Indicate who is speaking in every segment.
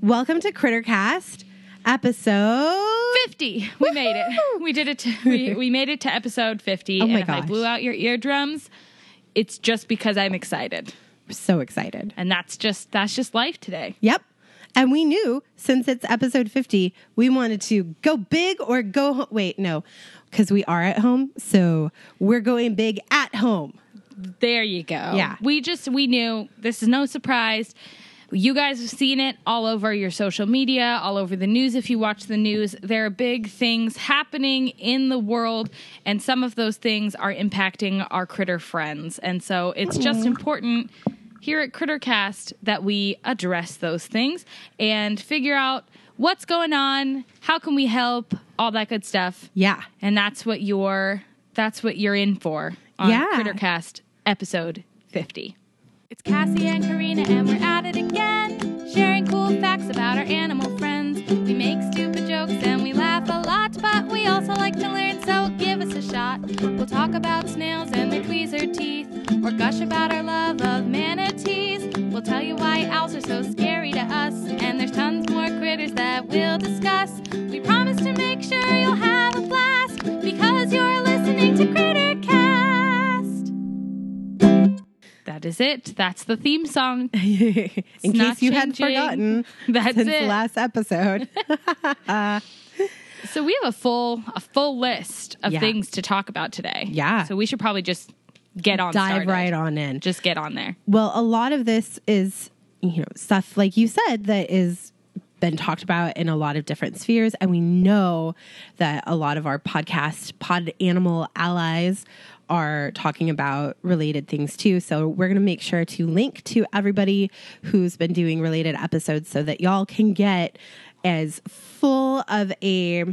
Speaker 1: Welcome to Crittercast, episode
Speaker 2: 50. We made it. We did it. To, we, we made it to episode 50.
Speaker 1: Oh my
Speaker 2: and if
Speaker 1: gosh.
Speaker 2: I blew out your eardrums, it's just because I'm excited.
Speaker 1: so excited.
Speaker 2: And that's just that's just life today.
Speaker 1: Yep. And we knew since it's episode 50, we wanted to go big or go home. Wait, no, because we are at home. So we're going big at home.
Speaker 2: There you go.
Speaker 1: Yeah.
Speaker 2: We just we knew this is no surprise. You guys have seen it all over your social media, all over the news if you watch the news. There are big things happening in the world and some of those things are impacting our critter friends. And so it's
Speaker 1: Mm-hmm.
Speaker 2: just important here at Crittercast that we address those things and figure out what's going on, how can we help, all that good stuff
Speaker 1: Yeah.
Speaker 2: and that's what you're that's what you're in for on
Speaker 1: Yeah.
Speaker 2: Crittercast episode 50. It's Cassie and Karina and we're at it again, sharing cool facts about our animal friends. We make stupid jokes and we laugh a lot, but we also like to learn, so give us a shot. We'll talk about snails and their tweezer teeth, or gush about our love of manatees. We'll tell you why owls are so scary to us, and there's tons more critters that we'll discuss. We promise to make sure you'll have a blast because you're listening to Crittercast. That is it. That's the theme song.
Speaker 1: In
Speaker 2: not
Speaker 1: case you hadn't forgotten
Speaker 2: changing. That's
Speaker 1: since
Speaker 2: it.
Speaker 1: the last episode.
Speaker 2: So we have a full a full list of
Speaker 1: Yeah.
Speaker 2: things to talk about today.
Speaker 1: Yeah.
Speaker 2: So we should probably just get on
Speaker 1: Dive
Speaker 2: started.
Speaker 1: right on in.
Speaker 2: Just get on there.
Speaker 1: Well, a lot of this is, you know, stuff like you said that is been talked about in a lot of different spheres and we know that a lot of our podcast pod animal allies are talking about related things too. So we're going to make sure to link to everybody who's been doing related episodes so that y'all can get as full of a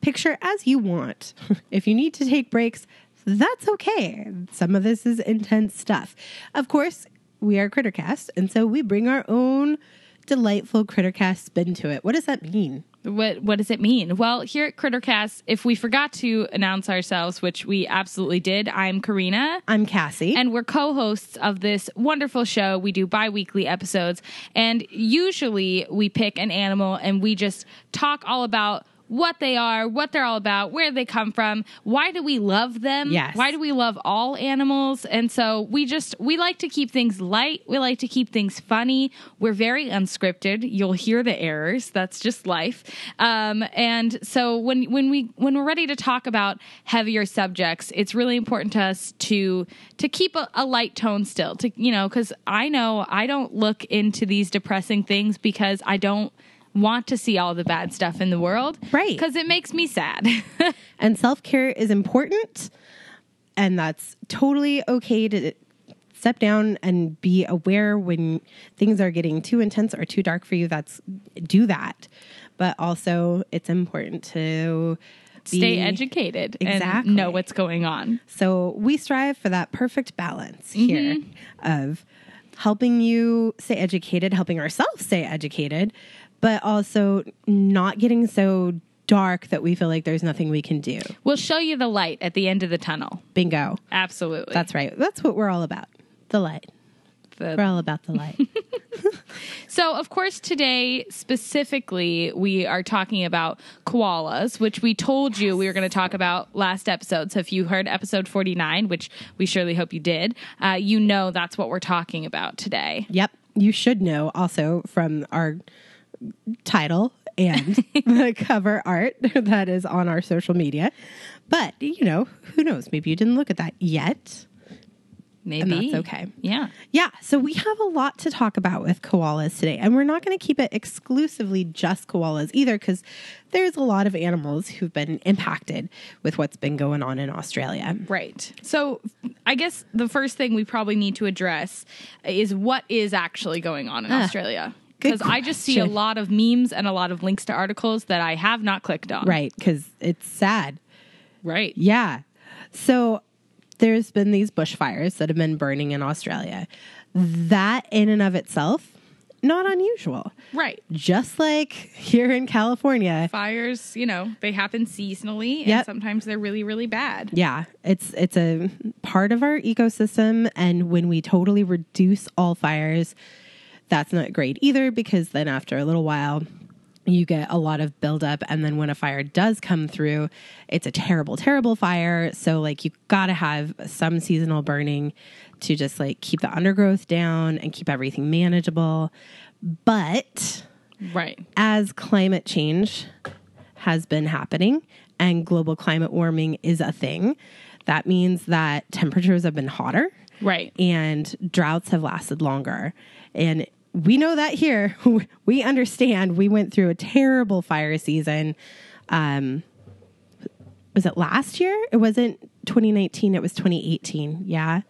Speaker 1: picture as you want. if you need to take breaks, that's okay. Some of this is intense stuff. Of course, we are Crittercast, and so we bring our own delightful Crittercast spin to it. What does that mean?
Speaker 2: What what does it mean? Well, here at Crittercast, if we forgot to announce ourselves, which we absolutely did, I'm Karina.
Speaker 1: I'm Cassie.
Speaker 2: and we're co-hosts of this wonderful show. We do bi-weekly episodes and usually we pick an animal and we just talk all about what they are, what they're all about, where they come from, why do we love them?
Speaker 1: Yes.
Speaker 2: Why do we love all animals? And so we just we like to keep things light, we like to keep things funny. We're very unscripted. You'll hear the errors. That's just life. Um and so when when we when we're ready to talk about heavier subjects, it's really important to us to to keep a, a light tone still. To you know, cuz I know I don't look into these depressing things because I don't want to see all the bad stuff in the world.
Speaker 1: Right.
Speaker 2: Cuz it makes me sad.
Speaker 1: and self care is important, and that's totally okay to step down and be aware when things are getting too intense or too dark for you. That's do that, but also it's important to
Speaker 2: Stay
Speaker 1: be-
Speaker 2: educated
Speaker 1: Exactly.
Speaker 2: and know what's going on.
Speaker 1: So we strive for that perfect balance here of helping you stay educated, helping ourselves stay educated, but also not getting so dark that we feel like there's nothing we can do.
Speaker 2: We'll show you the light at the end of the tunnel.
Speaker 1: Bingo.
Speaker 2: Absolutely.
Speaker 1: That's right. That's what we're all about. The light. We're
Speaker 2: the,
Speaker 1: all about the light.
Speaker 2: so of course today specifically we are talking about koalas, which we told you we were going to talk about last episode. So if you heard episode 49, which we surely hope you did, uh, you know that's what we're talking about today.
Speaker 1: yep. You should know also from our title and the cover art that is on our social media. But, you know, who knows? Maybe you didn't look at that yet.
Speaker 2: Maybe.
Speaker 1: that's okay.
Speaker 2: Yeah.
Speaker 1: Yeah, so we have a lot to talk about with koalas today, and we're not going to keep it exclusively just koalas either, because there's a lot of animals who've been impacted with what's been going on in Australia.
Speaker 2: Right. So I guess the first thing we probably need to address is what is actually going on in Australia.
Speaker 1: Ah, good
Speaker 2: Because I just see a
Speaker 1: question.
Speaker 2: lot of memes and a lot of links to articles that I have not clicked on.
Speaker 1: Right, because it's sad.
Speaker 2: Right.
Speaker 1: Yeah. So there's been these bushfires that have been burning in Australia. That, in and of itself, not unusual.
Speaker 2: Right.
Speaker 1: Just like here in California,
Speaker 2: Fires, you know, they happen seasonally
Speaker 1: Yep.
Speaker 2: and sometimes they're really, really bad.
Speaker 1: Yeah, it's it's a part of our ecosystem and when we totally reduce all fires, That's not great either because then after a little while, you get a lot of buildup. And then when a fire does come through, it's a terrible, terrible fire. So, like, you gotta have some seasonal burning to just like keep the undergrowth down and keep everything manageable. But
Speaker 2: Right.
Speaker 1: as climate change has been happening and global climate warming is a thing, that means that temperatures have been hotter
Speaker 2: Right.
Speaker 1: and droughts have lasted longer. And we know that here. We understand. We went through a terrible fire season. Um, was it last year? It wasn't 2019. It was 2018. Yeah.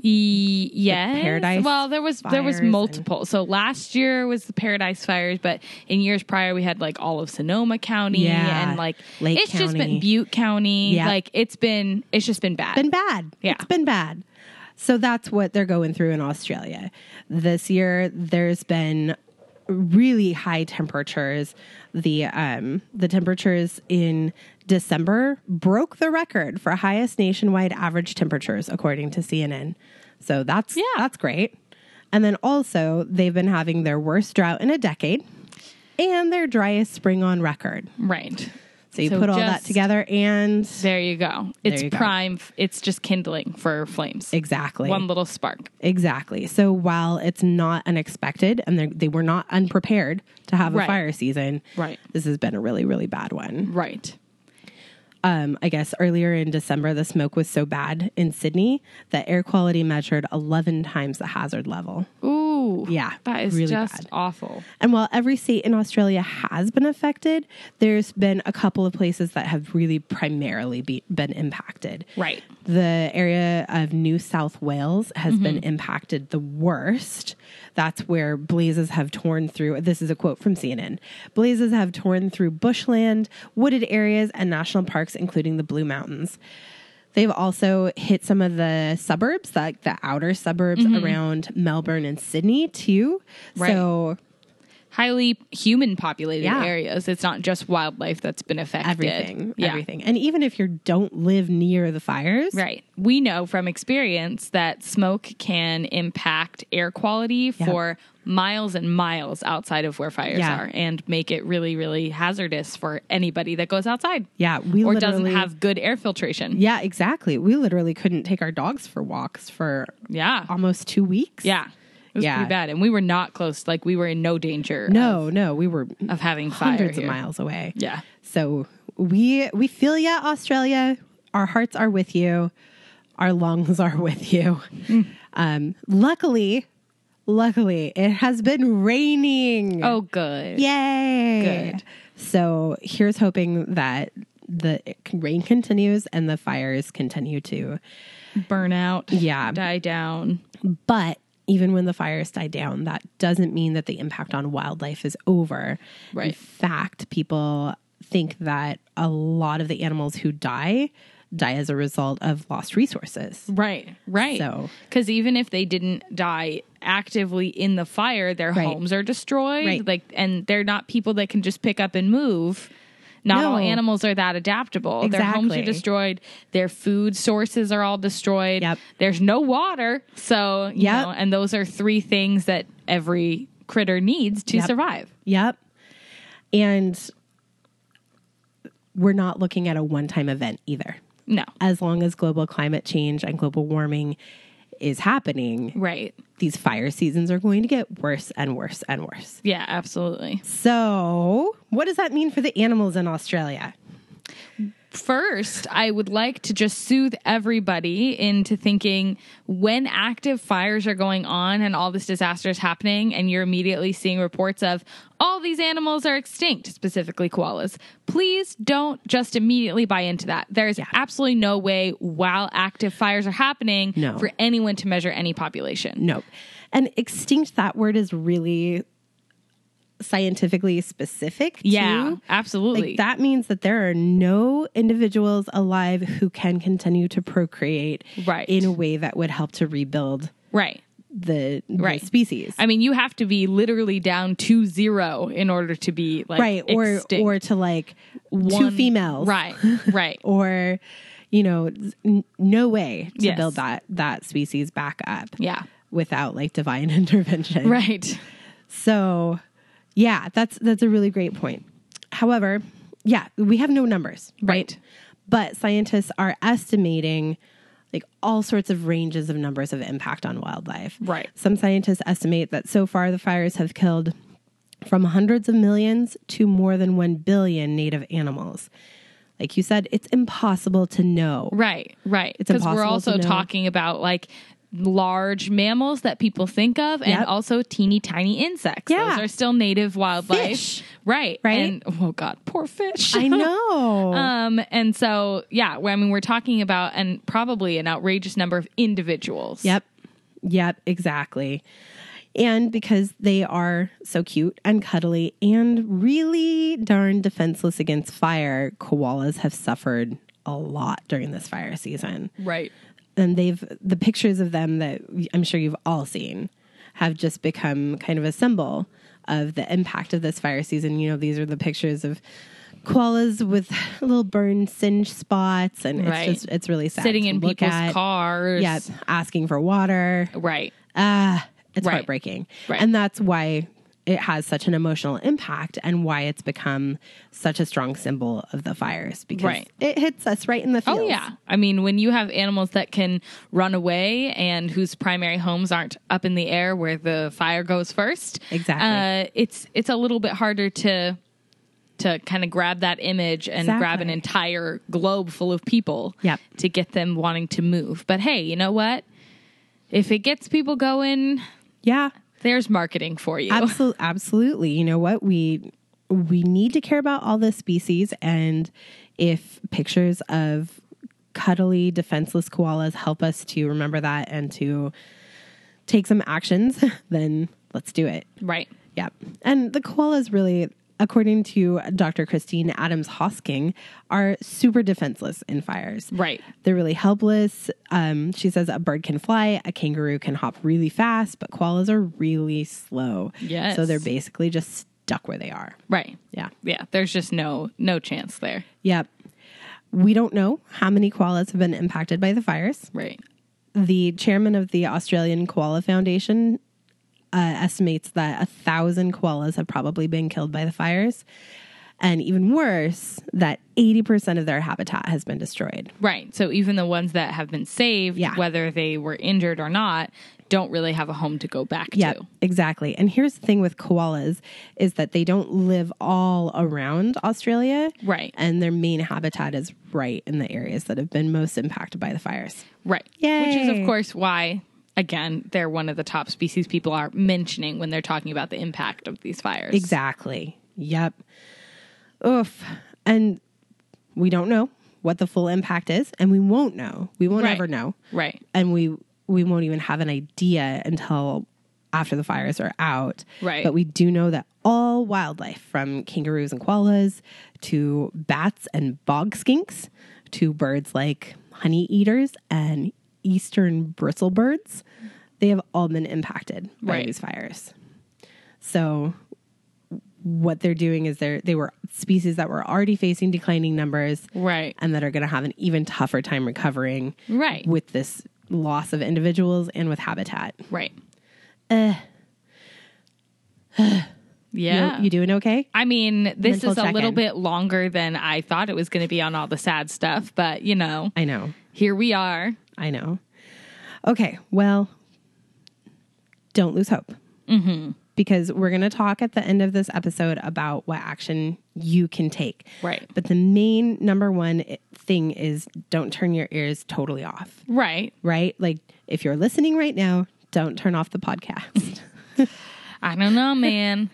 Speaker 2: E- yes.
Speaker 1: Paradise
Speaker 2: Well, there was there
Speaker 1: fires
Speaker 2: was
Speaker 1: and-
Speaker 2: multiple. So last year was the Paradise fires, but in years prior we had like all of Sonoma County
Speaker 1: Yeah.
Speaker 2: and like
Speaker 1: Lake
Speaker 2: it's just
Speaker 1: County.
Speaker 2: been Butte County.
Speaker 1: Yeah.
Speaker 2: Like it's been it's just been bad.
Speaker 1: been bad.
Speaker 2: Yeah.
Speaker 1: It's been bad. So that's what they're going through in Australia. This year there's been really high temperatures. The um the temperatures in December broke the record for highest nationwide average temperatures according to CNN. So that's
Speaker 2: Yeah.
Speaker 1: that's great. And then also they've been having their worst drought in a decade and their driest spring on record.
Speaker 2: right.
Speaker 1: So you
Speaker 2: So
Speaker 1: put all that
Speaker 2: just-
Speaker 1: together and
Speaker 2: There you go. It's
Speaker 1: you go.
Speaker 2: prime. f It's just kindling for flames.
Speaker 1: exactly
Speaker 2: One little spark.
Speaker 1: Exactly. So while it's not unexpected and they're- they were not unprepared to have a
Speaker 2: Right.
Speaker 1: fire season,
Speaker 2: Right.
Speaker 1: this has been a really, really bad one.
Speaker 2: Right.
Speaker 1: Um, I guess earlier in December, the smoke was so bad in Sydney that air quality measured 11 times the hazard level.
Speaker 2: Ooh.
Speaker 1: Yeah,
Speaker 2: That is
Speaker 1: really
Speaker 2: just
Speaker 1: bad.
Speaker 2: awful.
Speaker 1: And while every state in Australia has been affected, there's been a couple of places that have really primarily be, been impacted.
Speaker 2: Right.
Speaker 1: The area of New South Wales has
Speaker 2: Mm-hmm.
Speaker 1: been impacted the worst. That's where blazes have torn through. This is a quote from CNN. Blazes have torn through bushland, wooded areas, and national parks, including the Blue Mountains. They've also hit some of the suburbs, like the outer suburbs around Melbourne and Sydney, too.
Speaker 2: Mm-hmm. Right.
Speaker 1: So
Speaker 2: Highly human populated
Speaker 1: Yeah.
Speaker 2: areas. It's not just wildlife that's been affected.
Speaker 1: everything,
Speaker 2: Yeah.
Speaker 1: everything. And even if you don't live near the fires,
Speaker 2: Right. We know from experience that smoke can impact air quality for miles and miles outside of where fires
Speaker 1: Yeah.
Speaker 2: are and make it really, really hazardous for anybody that goes outside.
Speaker 1: yeah, we
Speaker 2: Or
Speaker 1: literally
Speaker 2: doesn't have good air filtration.
Speaker 1: Yeah, exactly. We literally couldn't take our dogs for walks for
Speaker 2: Yeah.
Speaker 1: almost two weeks.
Speaker 2: Yeah. It was
Speaker 1: Yeah.
Speaker 2: pretty bad. And we were not close. Like we were in no danger
Speaker 1: No, no, we were
Speaker 2: of having fire.
Speaker 1: hundreds of
Speaker 2: here.
Speaker 1: miles away.
Speaker 2: Yeah.
Speaker 1: So we we feel you, Australia. Our hearts are with you. Our lungs are with you.
Speaker 2: Hmm.
Speaker 1: Um, luckily, luckily, it has been raining.
Speaker 2: Oh, good.
Speaker 1: Yay.
Speaker 2: Good.
Speaker 1: So here's hoping that the rain continues and the fires continue to
Speaker 2: Burnout.
Speaker 1: Yeah.
Speaker 2: Die down.
Speaker 1: But even when the fires die down, that doesn't mean that the impact on wildlife is over. In
Speaker 2: Right.
Speaker 1: fact, people think that a lot of the animals who die die as a result of lost resources.
Speaker 2: Right, right.
Speaker 1: So-
Speaker 2: because even if they didn't die actively in the fire, their
Speaker 1: Right.
Speaker 2: homes are destroyed.
Speaker 1: Right.
Speaker 2: Like, and they're not people that can just pick up and move. Not all
Speaker 1: No.
Speaker 2: animals are that adaptable. Their homes
Speaker 1: Exactly.
Speaker 2: are destroyed. Their food sources are all destroyed.
Speaker 1: Yep.
Speaker 2: There's no water. So, you
Speaker 1: Yep.
Speaker 2: know, and those are three things that every critter needs to
Speaker 1: Yep.
Speaker 2: survive.
Speaker 1: Yep. And we're not looking at a one time event either.
Speaker 2: No.
Speaker 1: As long as global climate change and global warming is happening,
Speaker 2: Right.
Speaker 1: these fire seasons are going to get worse and worse and worse.
Speaker 2: Yeah, absolutely.
Speaker 1: So, what does that mean for the animals in Australia?
Speaker 2: First, I would like to just soothe everybody into thinking when active fires are going on and all this disaster is happening, and you're immediately seeing reports of all these animals are extinct, specifically koalas. Please don't just immediately buy into that. There is absolutely no way while active fires are happening
Speaker 1: No.
Speaker 2: for anyone to measure any population.
Speaker 1: Nope. And extinct, that word is really scientifically specific.
Speaker 2: Yeah,
Speaker 1: too.
Speaker 2: absolutely.
Speaker 1: Like that means that there are no individuals alive who can continue to procreate
Speaker 2: Right.
Speaker 1: in a way that would help to rebuild
Speaker 2: right.
Speaker 1: the, the
Speaker 2: Right.
Speaker 1: species.
Speaker 2: I mean, you have to be literally down to zero in order to be like
Speaker 1: right. Or
Speaker 2: extinct.
Speaker 1: or to like two
Speaker 2: One-
Speaker 1: females.
Speaker 2: Right, right.
Speaker 1: Or you know, n- no way to
Speaker 2: Yes.
Speaker 1: build that that species back up.
Speaker 2: Yeah.
Speaker 1: without like divine intervention.
Speaker 2: Right.
Speaker 1: So, yeah, that's that's a really great point. However, yeah, we have no numbers, right?
Speaker 2: Right.
Speaker 1: But scientists are estimating like all sorts of ranges of numbers of impact on wildlife.
Speaker 2: Right.
Speaker 1: Some scientists estimate that so far the fires have killed from hundreds of millions to more than 1 billion native animals. Like you said, it's impossible to know.
Speaker 2: Right, right.
Speaker 1: It's
Speaker 2: Because we're
Speaker 1: impossible
Speaker 2: also
Speaker 1: to know.
Speaker 2: talking about like large mammals that people think of and
Speaker 1: Yep.
Speaker 2: also teeny tiny insects.
Speaker 1: Yeah.
Speaker 2: Those are still native wildlife.
Speaker 1: Fish.
Speaker 2: Right.
Speaker 1: Right?
Speaker 2: And oh god, poor fish.
Speaker 1: I know.
Speaker 2: um and so yeah, well, I mean we're talking about and probably an outrageous number of individuals.
Speaker 1: Yep. Yep, exactly. And because they are so cute and cuddly and really darn defenseless against fire, koalas have suffered a lot during this fire season.
Speaker 2: Right.
Speaker 1: And they've, the pictures of them that I'm sure you've all seen have just become kind of a symbol of the impact of this fire season. You know, these are the pictures of koalas with little burned singe spots, and
Speaker 2: Right.
Speaker 1: it's just, it's really sad.
Speaker 2: Sitting
Speaker 1: to
Speaker 2: in
Speaker 1: look
Speaker 2: people's
Speaker 1: at.
Speaker 2: cars.
Speaker 1: Yep, asking for water.
Speaker 2: Right.
Speaker 1: Ah, it's
Speaker 2: Right.
Speaker 1: heartbreaking.
Speaker 2: Right.
Speaker 1: And that's why it has such an emotional impact and why it's become such a strong symbol of the fires because
Speaker 2: Right.
Speaker 1: it hits us right in the feels.
Speaker 2: Oh yeah. I mean, when you have animals that can run away and whose primary homes aren't up in the air where the fire goes first,
Speaker 1: Exactly.
Speaker 2: Uh, it's it's a little bit harder to to kind of grab that image and grab an
Speaker 1: Exactly.
Speaker 2: entire globe full of people
Speaker 1: Yep.
Speaker 2: to get them wanting to move. But hey, you know what? If it gets people going,
Speaker 1: Yeah.
Speaker 2: there's marketing for you.
Speaker 1: Absolutely, absolutely. You know what? We we need to care about all the species, and if pictures of cuddly, defenseless koalas help us to remember that and to take some actions, then let's do it.
Speaker 2: Right.
Speaker 1: Yeah. And the koalas really, according to Dr. Christine Adams Hosking, are super defenseless in fires.
Speaker 2: Right.
Speaker 1: They're really helpless. Um, she says a bird can fly, a kangaroo can hop really fast, but koalas are really slow.
Speaker 2: Yes.
Speaker 1: So they're basically just stuck where they are.
Speaker 2: Right.
Speaker 1: Yeah.
Speaker 2: Yeah, there's just no no chance there.
Speaker 1: Yep. We don't know how many koalas have been impacted by the fires.
Speaker 2: Right.
Speaker 1: The chairman of the Australian Koala Foundation uh, estimates that a thousand koalas have probably been killed by the fires. And even worse, that 80% of their habitat has been destroyed.
Speaker 2: Right. So even the ones that have been saved,
Speaker 1: Yeah.
Speaker 2: whether they were injured or not, don't really have a home to go back
Speaker 1: Yeah,
Speaker 2: to.
Speaker 1: exactly. And here's the thing with koalas is that they don't live all around Australia.
Speaker 2: Right.
Speaker 1: And their main habitat is right in the areas that have been most impacted by the fires.
Speaker 2: Right. Which is of
Speaker 1: Yay.
Speaker 2: course why again, they're one of the top species people are mentioning when they're talking about the impact of these fires.
Speaker 1: Exactly. Yep. Oof. And we don't know what the full impact is, and we won't know. We won't
Speaker 2: Right.
Speaker 1: ever know.
Speaker 2: Right.
Speaker 1: And we we won't even have an idea until after the fires are out.
Speaker 2: Right.
Speaker 1: But we do know that all wildlife, from kangaroos and koalas to bats and bog skinks to birds like honey eaters and eastern bristlebirds, they have all been impacted by
Speaker 2: Right.
Speaker 1: these fires. So what they're doing is they're they were species that were already facing declining numbers
Speaker 2: Right.
Speaker 1: and that are going to have an even tougher time recovering
Speaker 2: Right.
Speaker 1: with this loss of individuals and with habitat.
Speaker 2: Right.
Speaker 1: Uh, you-
Speaker 2: Yeah.
Speaker 1: You, doing okay?
Speaker 2: I mean, this
Speaker 1: Mental
Speaker 2: is a little
Speaker 1: check-in.
Speaker 2: bit longer than I thought it was going to be on all the sad stuff, but you know,
Speaker 1: I know.
Speaker 2: here we are.
Speaker 1: I know. Okay. Well, don't lose hope. Mm-hmm. Because we're going to talk at the end of this episode about what action you can take.
Speaker 2: Right.
Speaker 1: But the main number one i- thing is don't turn your ears totally off,
Speaker 2: Right.
Speaker 1: right? Like if you're listening right now, don't turn off the podcast.
Speaker 2: I don't know, man.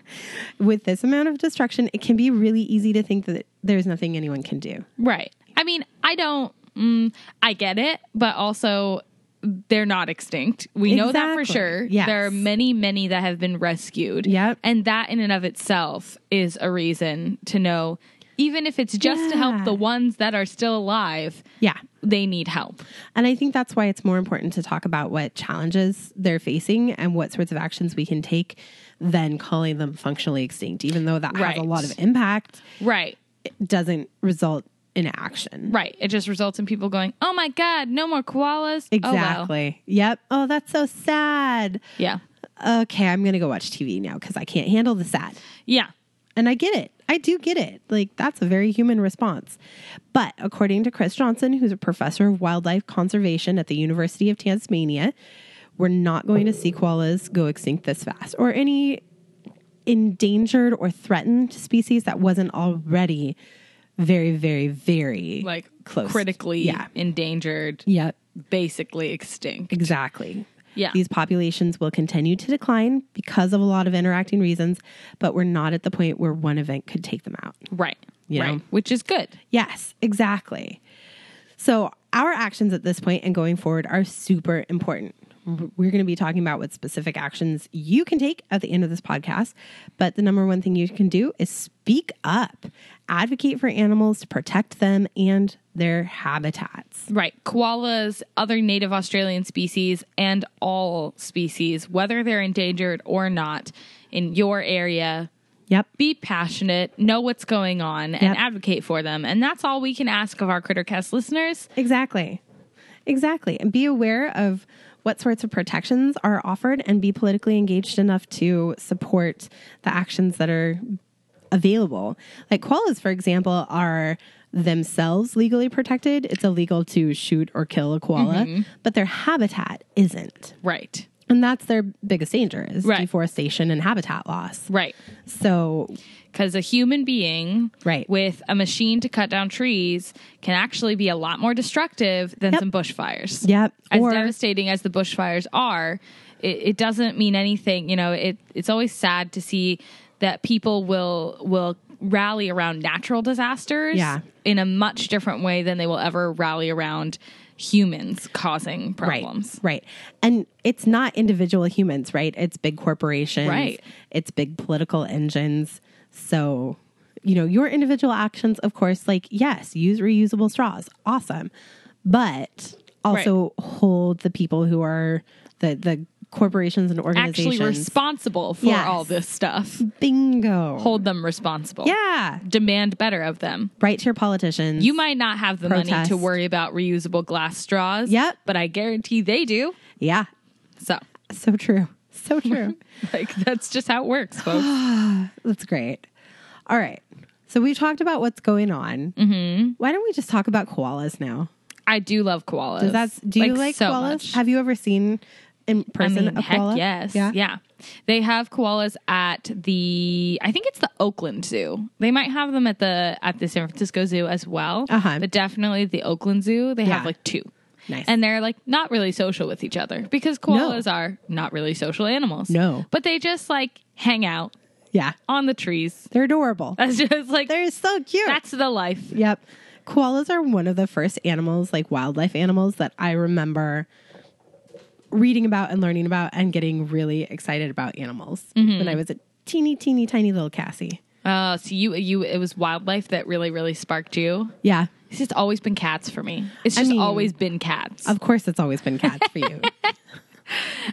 Speaker 1: With this amount of destruction, it can be really easy to think that there's nothing anyone can do.
Speaker 2: Right. I mean, I don't. Mm, I get it, but also they're not extinct. We know that for
Speaker 1: Exactly.
Speaker 2: sure.
Speaker 1: Yes.
Speaker 2: There are many, many that have been rescued.
Speaker 1: Yep.
Speaker 2: And that in and of itself is a reason to know, even if it's just to help
Speaker 1: Yeah.
Speaker 2: the ones that are still alive,
Speaker 1: Yeah.
Speaker 2: they need help.
Speaker 1: And I think that's why it's more important to talk about what challenges they're facing and what sorts of actions we can take than calling them functionally extinct, even though that
Speaker 2: Right.
Speaker 1: has a lot of impact.
Speaker 2: Right.
Speaker 1: It doesn't result in action.
Speaker 2: Right. It just results in people going, oh my God, no more koalas. Oh, wow.
Speaker 1: Exactly. Yep. Oh, that's so sad.
Speaker 2: Yeah.
Speaker 1: Okay, I'm gonna go watch TV now because I can't handle the sad.
Speaker 2: Yeah.
Speaker 1: And I get it. I do get it. Like, that's a very human response. But according to Chris Johnson, who's a professor of wildlife conservation at the University of Tasmania, we're not going to see koalas go extinct this fast or any endangered or threatened species that wasn't already very, very, very
Speaker 2: Like
Speaker 1: Close.
Speaker 2: critically
Speaker 1: Yeah.
Speaker 2: endangered,
Speaker 1: Yep,
Speaker 2: basically extinct.
Speaker 1: exactly.
Speaker 2: Yeah.
Speaker 1: These populations will continue to decline because of a lot of interacting reasons, but we're not at the point where one event could take them out.
Speaker 2: right.
Speaker 1: You
Speaker 2: right.
Speaker 1: know?
Speaker 2: Which is good.
Speaker 1: Yes, exactly. So, our actions at this point and going forward are super important. We're going to be talking about what specific actions you can take at the end of this podcast. But the number one thing you can do is speak up, advocate for animals to protect them and their habitats.
Speaker 2: Right. Koalas, other native Australian species, and all species, whether they're endangered or not, in your area,
Speaker 1: Yep.
Speaker 2: be passionate, know what's going on,
Speaker 1: Yep.
Speaker 2: and advocate for them. And that's all we can ask of our Crittercast listeners.
Speaker 1: Exactly. Exactly. And be aware of what sorts of protections are offered and be politically engaged enough to support the actions that are available. Like koalas, for example, are themselves legally protected. It's illegal to shoot or kill a koala,
Speaker 2: Mm-hmm.
Speaker 1: but their habitat isn't.
Speaker 2: Right.
Speaker 1: And that's their biggest danger is
Speaker 2: Right.
Speaker 1: deforestation and habitat loss.
Speaker 2: Right.
Speaker 1: So
Speaker 2: Because a human being
Speaker 1: Right.
Speaker 2: with a machine to cut down trees can actually be a lot more destructive than some bushfires.
Speaker 1: Yep.
Speaker 2: As
Speaker 1: Or-
Speaker 2: devastating as the bushfires are, it, it doesn't mean anything. You know, it it's always sad to see that people will will rally around natural disasters
Speaker 1: Yeah.
Speaker 2: in a much different way than they will ever rally around humans causing problems.
Speaker 1: Right. right. And it's not individual humans, right? It's big corporations.
Speaker 2: Right.
Speaker 1: It's big political engines. So, you know, your individual actions, of course, like, yes, use reusable straws. Awesome. But also hold the people who are the, the corporations and organizations.
Speaker 2: Actually responsible for
Speaker 1: Yes.
Speaker 2: all this stuff.
Speaker 1: Bingo.
Speaker 2: Hold them responsible.
Speaker 1: yeah.
Speaker 2: Demand better of them.
Speaker 1: Right to your politicians.
Speaker 2: You might not have the money
Speaker 1: Protest.
Speaker 2: to worry about reusable glass straws.
Speaker 1: Yep.
Speaker 2: But I guarantee they do.
Speaker 1: yeah.
Speaker 2: So,
Speaker 1: So true. So true.
Speaker 2: like, that's just how it works, folks.
Speaker 1: That's great. All right. So we talked about what's going on. Mm-hmm. Why don't we just talk about koalas now?
Speaker 2: I do love koalas.
Speaker 1: Does that do you like
Speaker 2: so
Speaker 1: koalas?
Speaker 2: much.
Speaker 1: Have you ever seen in
Speaker 2: I
Speaker 1: person
Speaker 2: mean,
Speaker 1: a
Speaker 2: heck
Speaker 1: koala?
Speaker 2: yes.
Speaker 1: Yeah.
Speaker 2: Yeah. They have koalas at the, I think it's the Oakland Zoo. They might have them at the, at the San Francisco Zoo as well.
Speaker 1: Uh-huh.
Speaker 2: But definitely the Oakland Zoo, they
Speaker 1: Yeah.
Speaker 2: have like two.
Speaker 1: Nice.
Speaker 2: And they're like not really social with each other because koalas are not really social animals.
Speaker 1: No.
Speaker 2: But they just like hang out
Speaker 1: yeah.
Speaker 2: on the trees
Speaker 1: They're adorable.
Speaker 2: That's just like
Speaker 1: They're so cute.
Speaker 2: Uh, that's the life.
Speaker 1: Yep. Koalas are one of the first animals, like wildlife animals, that I remember reading about and learning about and getting really excited about animals
Speaker 2: Mm-hmm.
Speaker 1: when I was a teeny, teeny, tiny little Cassie.
Speaker 2: Uh, so you you it was wildlife that really really sparked you.
Speaker 1: Yeah.
Speaker 2: It's just always been cats for me. It's just
Speaker 1: mean-
Speaker 2: always been cats.
Speaker 1: Of course, it's always been cats for you.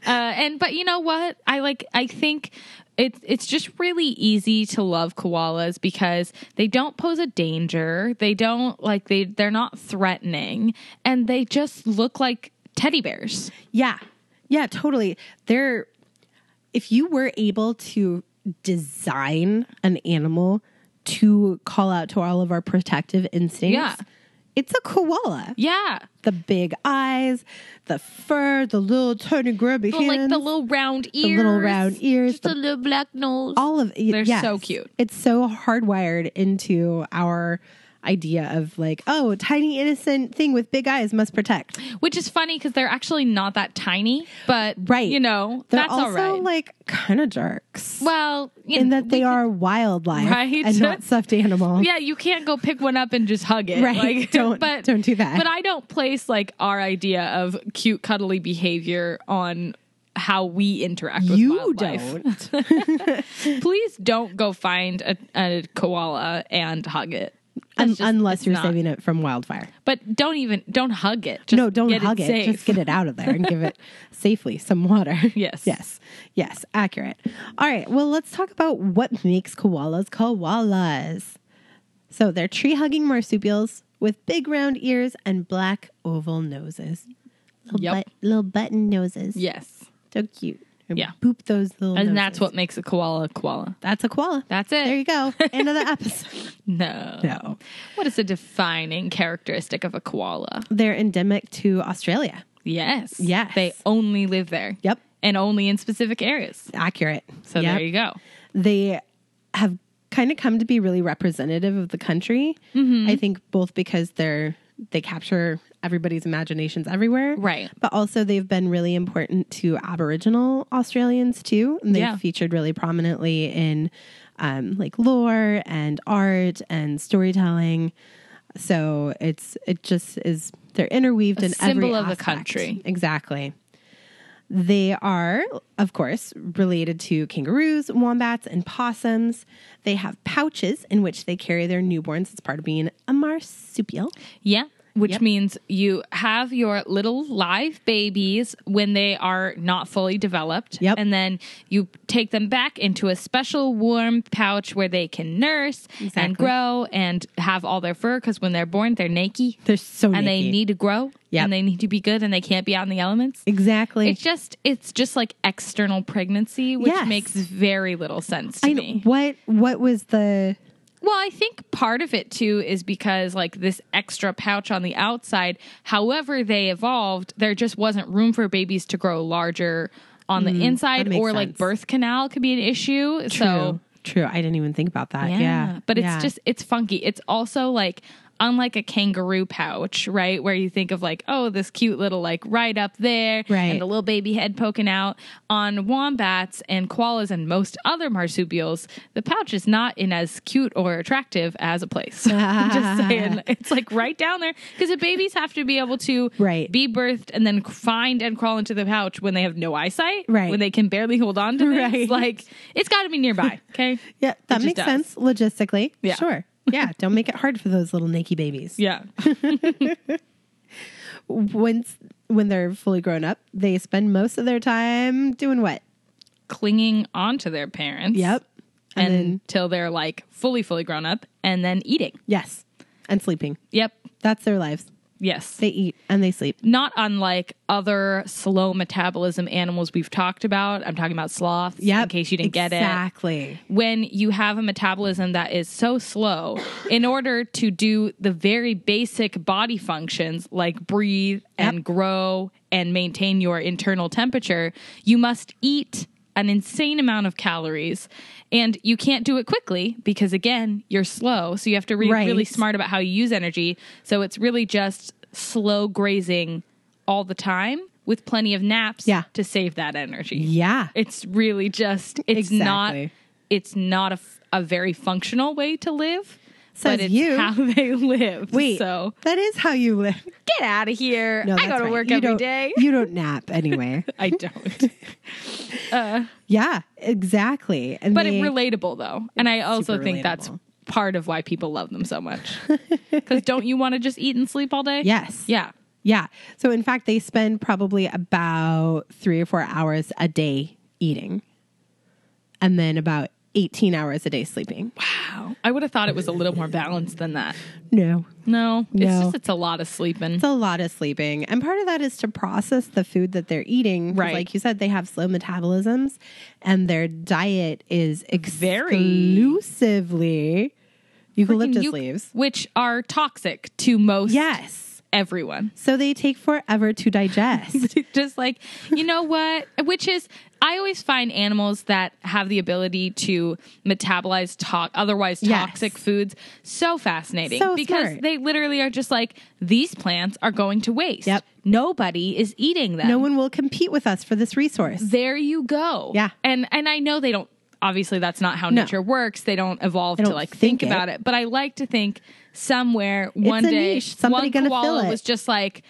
Speaker 2: Uh, and but you know what? I like I think it's it's just really easy to love koalas because they don't pose a danger. They don't like they they're not threatening and they just look like teddy bears.
Speaker 1: Yeah. Yeah, totally. They're if you were able to design an animal to call out to all of our protective instincts,
Speaker 2: Yeah.
Speaker 1: it's a koala.
Speaker 2: Yeah.
Speaker 1: The big eyes, the fur, the little tiny grubby
Speaker 2: But,
Speaker 1: hands,
Speaker 2: like the little round ears.
Speaker 1: little round ears,
Speaker 2: Just a little black nose.
Speaker 1: all of it.
Speaker 2: They're
Speaker 1: yes.
Speaker 2: so cute.
Speaker 1: It's so hardwired into our idea of like, oh, a tiny innocent thing with big eyes must protect.
Speaker 2: which is funny because they're actually not that tiny, but
Speaker 1: Right.
Speaker 2: you know,
Speaker 1: They're
Speaker 2: that's
Speaker 1: also
Speaker 2: all right.
Speaker 1: like kind of jerks.
Speaker 2: well, you
Speaker 1: in
Speaker 2: know,
Speaker 1: that they
Speaker 2: we-
Speaker 1: are wildlife
Speaker 2: Right?
Speaker 1: and not stuffed animals.
Speaker 2: Yeah, you can't go pick one up and just hug it.
Speaker 1: Right.
Speaker 2: Like,
Speaker 1: Don't-
Speaker 2: but,
Speaker 1: don't do that.
Speaker 2: But I don't place like our idea of cute, cuddly behavior on how we interact with
Speaker 1: you
Speaker 2: wildlife.
Speaker 1: don't.
Speaker 2: Please don't go find a, a koala and hug it.
Speaker 1: Un-
Speaker 2: That's just-
Speaker 1: unless
Speaker 2: it's
Speaker 1: you're
Speaker 2: not.
Speaker 1: saving it from wildfire.
Speaker 2: But don't even don't hug it. Just
Speaker 1: No, don't
Speaker 2: get
Speaker 1: hug it.
Speaker 2: safe.
Speaker 1: Just get it out of there and give it safely some water.
Speaker 2: Yes.
Speaker 1: Yes. Yes. Accurate. All right. Well, let's talk about what makes koalas koalas. So they're tree hugging marsupials with big round ears and black oval noses. Little,
Speaker 2: Yep.
Speaker 1: but- little button noses.
Speaker 2: Yes.
Speaker 1: So cute. Or
Speaker 2: Yeah.
Speaker 1: Boop those little
Speaker 2: And
Speaker 1: noses.
Speaker 2: that's what makes a koala a koala.
Speaker 1: That's a koala.
Speaker 2: That's it.
Speaker 1: There you go. End of the episode.
Speaker 2: No.
Speaker 1: No.
Speaker 2: What is the defining characteristic of a koala?
Speaker 1: They're endemic to Australia.
Speaker 2: Yes.
Speaker 1: Yes.
Speaker 2: They only live there.
Speaker 1: Yep.
Speaker 2: And only in specific areas.
Speaker 1: Accurate.
Speaker 2: So
Speaker 1: Yep.
Speaker 2: there you go.
Speaker 1: they have kind of come to be really representative of the country. I think both because they're they capture everybody's imaginations everywhere.
Speaker 2: Right.
Speaker 1: But also they've been really important to Aboriginal Australians too. And they've
Speaker 2: Yeah.
Speaker 1: featured really prominently in um, like lore and art and storytelling. So it's it just is they're interweaved in every
Speaker 2: symbol of the
Speaker 1: aspect.
Speaker 2: country.
Speaker 1: Exactly. They are, of course, related to kangaroos, wombats, and possums. They have pouches in which they carry their newborns as part of being a marsupial.
Speaker 2: Yeah. Which
Speaker 1: Yep.
Speaker 2: means you have your little live babies when they are not fully developed.
Speaker 1: Yep.
Speaker 2: And then you take them back into a special warm pouch where they can nurse
Speaker 1: Exactly.
Speaker 2: and grow and have all their fur because when they're born, they're naked.
Speaker 1: They're so
Speaker 2: and they
Speaker 1: naked.
Speaker 2: need to grow.
Speaker 1: Yep.
Speaker 2: And they need to be good and they can't be out in the elements.
Speaker 1: Exactly.
Speaker 2: It's just it's just like external pregnancy, which
Speaker 1: Yes.
Speaker 2: makes very little sense to
Speaker 1: I know.
Speaker 2: me.
Speaker 1: What what was the
Speaker 2: Well, I think part of it too is because like this extra pouch on the outside, however they evolved, there just wasn't room for babies to grow larger on the inside
Speaker 1: Mm, makes
Speaker 2: or like
Speaker 1: sense.
Speaker 2: birth canal could be an issue. So
Speaker 1: true. True. I didn't even think about that. Yeah.
Speaker 2: but it's
Speaker 1: Yeah.
Speaker 2: just it's funky. It's also like unlike a kangaroo pouch, right? Where you think of like, oh, this cute little like right up there,
Speaker 1: Right.
Speaker 2: and the little baby head poking out. On wombats and koalas and most other marsupials, the pouch is not in as cute or attractive as a place. just saying, it's like right down there because the babies have to be able to
Speaker 1: Right.
Speaker 2: be birthed and then find and crawl into the pouch when they have no eyesight,
Speaker 1: Right.
Speaker 2: When they can barely hold on to
Speaker 1: Right.
Speaker 2: things. Like it's got to be nearby. Okay.
Speaker 1: Yeah, that
Speaker 2: just
Speaker 1: makes
Speaker 2: does.
Speaker 1: sense logistically.
Speaker 2: Yeah.
Speaker 1: Sure. Yeah, don't make it hard for those little naked babies.
Speaker 2: Yeah.
Speaker 1: Once when they're fully grown up, they spend most of their time doing what?
Speaker 2: Clinging onto their parents.
Speaker 1: Yep.
Speaker 2: And
Speaker 1: And
Speaker 2: until they're like fully, fully grown up and then eating.
Speaker 1: Yes. And sleeping.
Speaker 2: Yep.
Speaker 1: That's their lives.
Speaker 2: Yes.
Speaker 1: They eat and they sleep.
Speaker 2: Not unlike other slow metabolism animals we've talked about. I'm talking about sloths.
Speaker 1: Yeah.
Speaker 2: In case you didn't get it.
Speaker 1: Exactly.
Speaker 2: when you have a metabolism that is so slow in order to do the very basic body functions like breathe and grow and maintain your internal temperature, you must eat an insane amount of calories and you can't do it quickly because again, you're slow. So you have to be
Speaker 1: Right.
Speaker 2: really smart about how you use energy. So it's really just slow grazing all the time with plenty of naps
Speaker 1: Yeah.
Speaker 2: to save that energy.
Speaker 1: Yeah.
Speaker 2: It's really just it's not
Speaker 1: Exactly.
Speaker 2: it's not a, f- a very functional way to live,
Speaker 1: Says
Speaker 2: but it's
Speaker 1: you.
Speaker 2: how they live.
Speaker 1: Wait.
Speaker 2: so
Speaker 1: that is how you live.
Speaker 2: get out of here.
Speaker 1: No,
Speaker 2: I go
Speaker 1: that's
Speaker 2: to
Speaker 1: right.
Speaker 2: work
Speaker 1: you
Speaker 2: every
Speaker 1: don't-
Speaker 2: day.
Speaker 1: You don't nap anyway.
Speaker 2: I don't.
Speaker 1: yeah, exactly. And
Speaker 2: But
Speaker 1: they,
Speaker 2: it's relatable though. And I also
Speaker 1: super
Speaker 2: think that's
Speaker 1: relatable.
Speaker 2: part of why people love them so much. Cuz don't you want to just eat and sleep all day?
Speaker 1: yes.
Speaker 2: Yeah.
Speaker 1: Yeah. So in fact, they spend probably about three or four hours a day eating, and then about eighteen hours a day sleeping.
Speaker 2: Wow. I would have thought it was a little more balanced than that.
Speaker 1: No,
Speaker 2: No, it's
Speaker 1: No.
Speaker 2: just it's a lot of sleeping.
Speaker 1: it's a lot of sleeping, and part of that is to process the food that they're eating. 'Cause
Speaker 2: Right.
Speaker 1: Like you said, they have slow metabolisms, and their diet is
Speaker 2: Very.
Speaker 1: exclusively eucalyptus
Speaker 2: Euc-
Speaker 1: leaves.
Speaker 2: which are toxic to most
Speaker 1: Yes.
Speaker 2: everyone.
Speaker 1: So they take forever to digest.
Speaker 2: just like you know what which is i always find animals that have the ability to metabolize to- otherwise
Speaker 1: Yes.
Speaker 2: toxic foods so fascinating
Speaker 1: So
Speaker 2: because
Speaker 1: smart.
Speaker 2: they literally are just like these plants are going to waste
Speaker 1: Yep.
Speaker 2: nobody is eating them
Speaker 1: no one will compete with us for this resource.
Speaker 2: there you go
Speaker 1: Yeah.
Speaker 2: and and i know they don't obviously that's not how
Speaker 1: No.
Speaker 2: nature works they don't evolve
Speaker 1: They
Speaker 2: to
Speaker 1: don't
Speaker 2: like think,
Speaker 1: think it.
Speaker 2: about it but i like to think somewhere one
Speaker 1: a
Speaker 2: day
Speaker 1: niche. Somebody
Speaker 2: one
Speaker 1: gonna fill
Speaker 2: koala
Speaker 1: it.
Speaker 2: was just like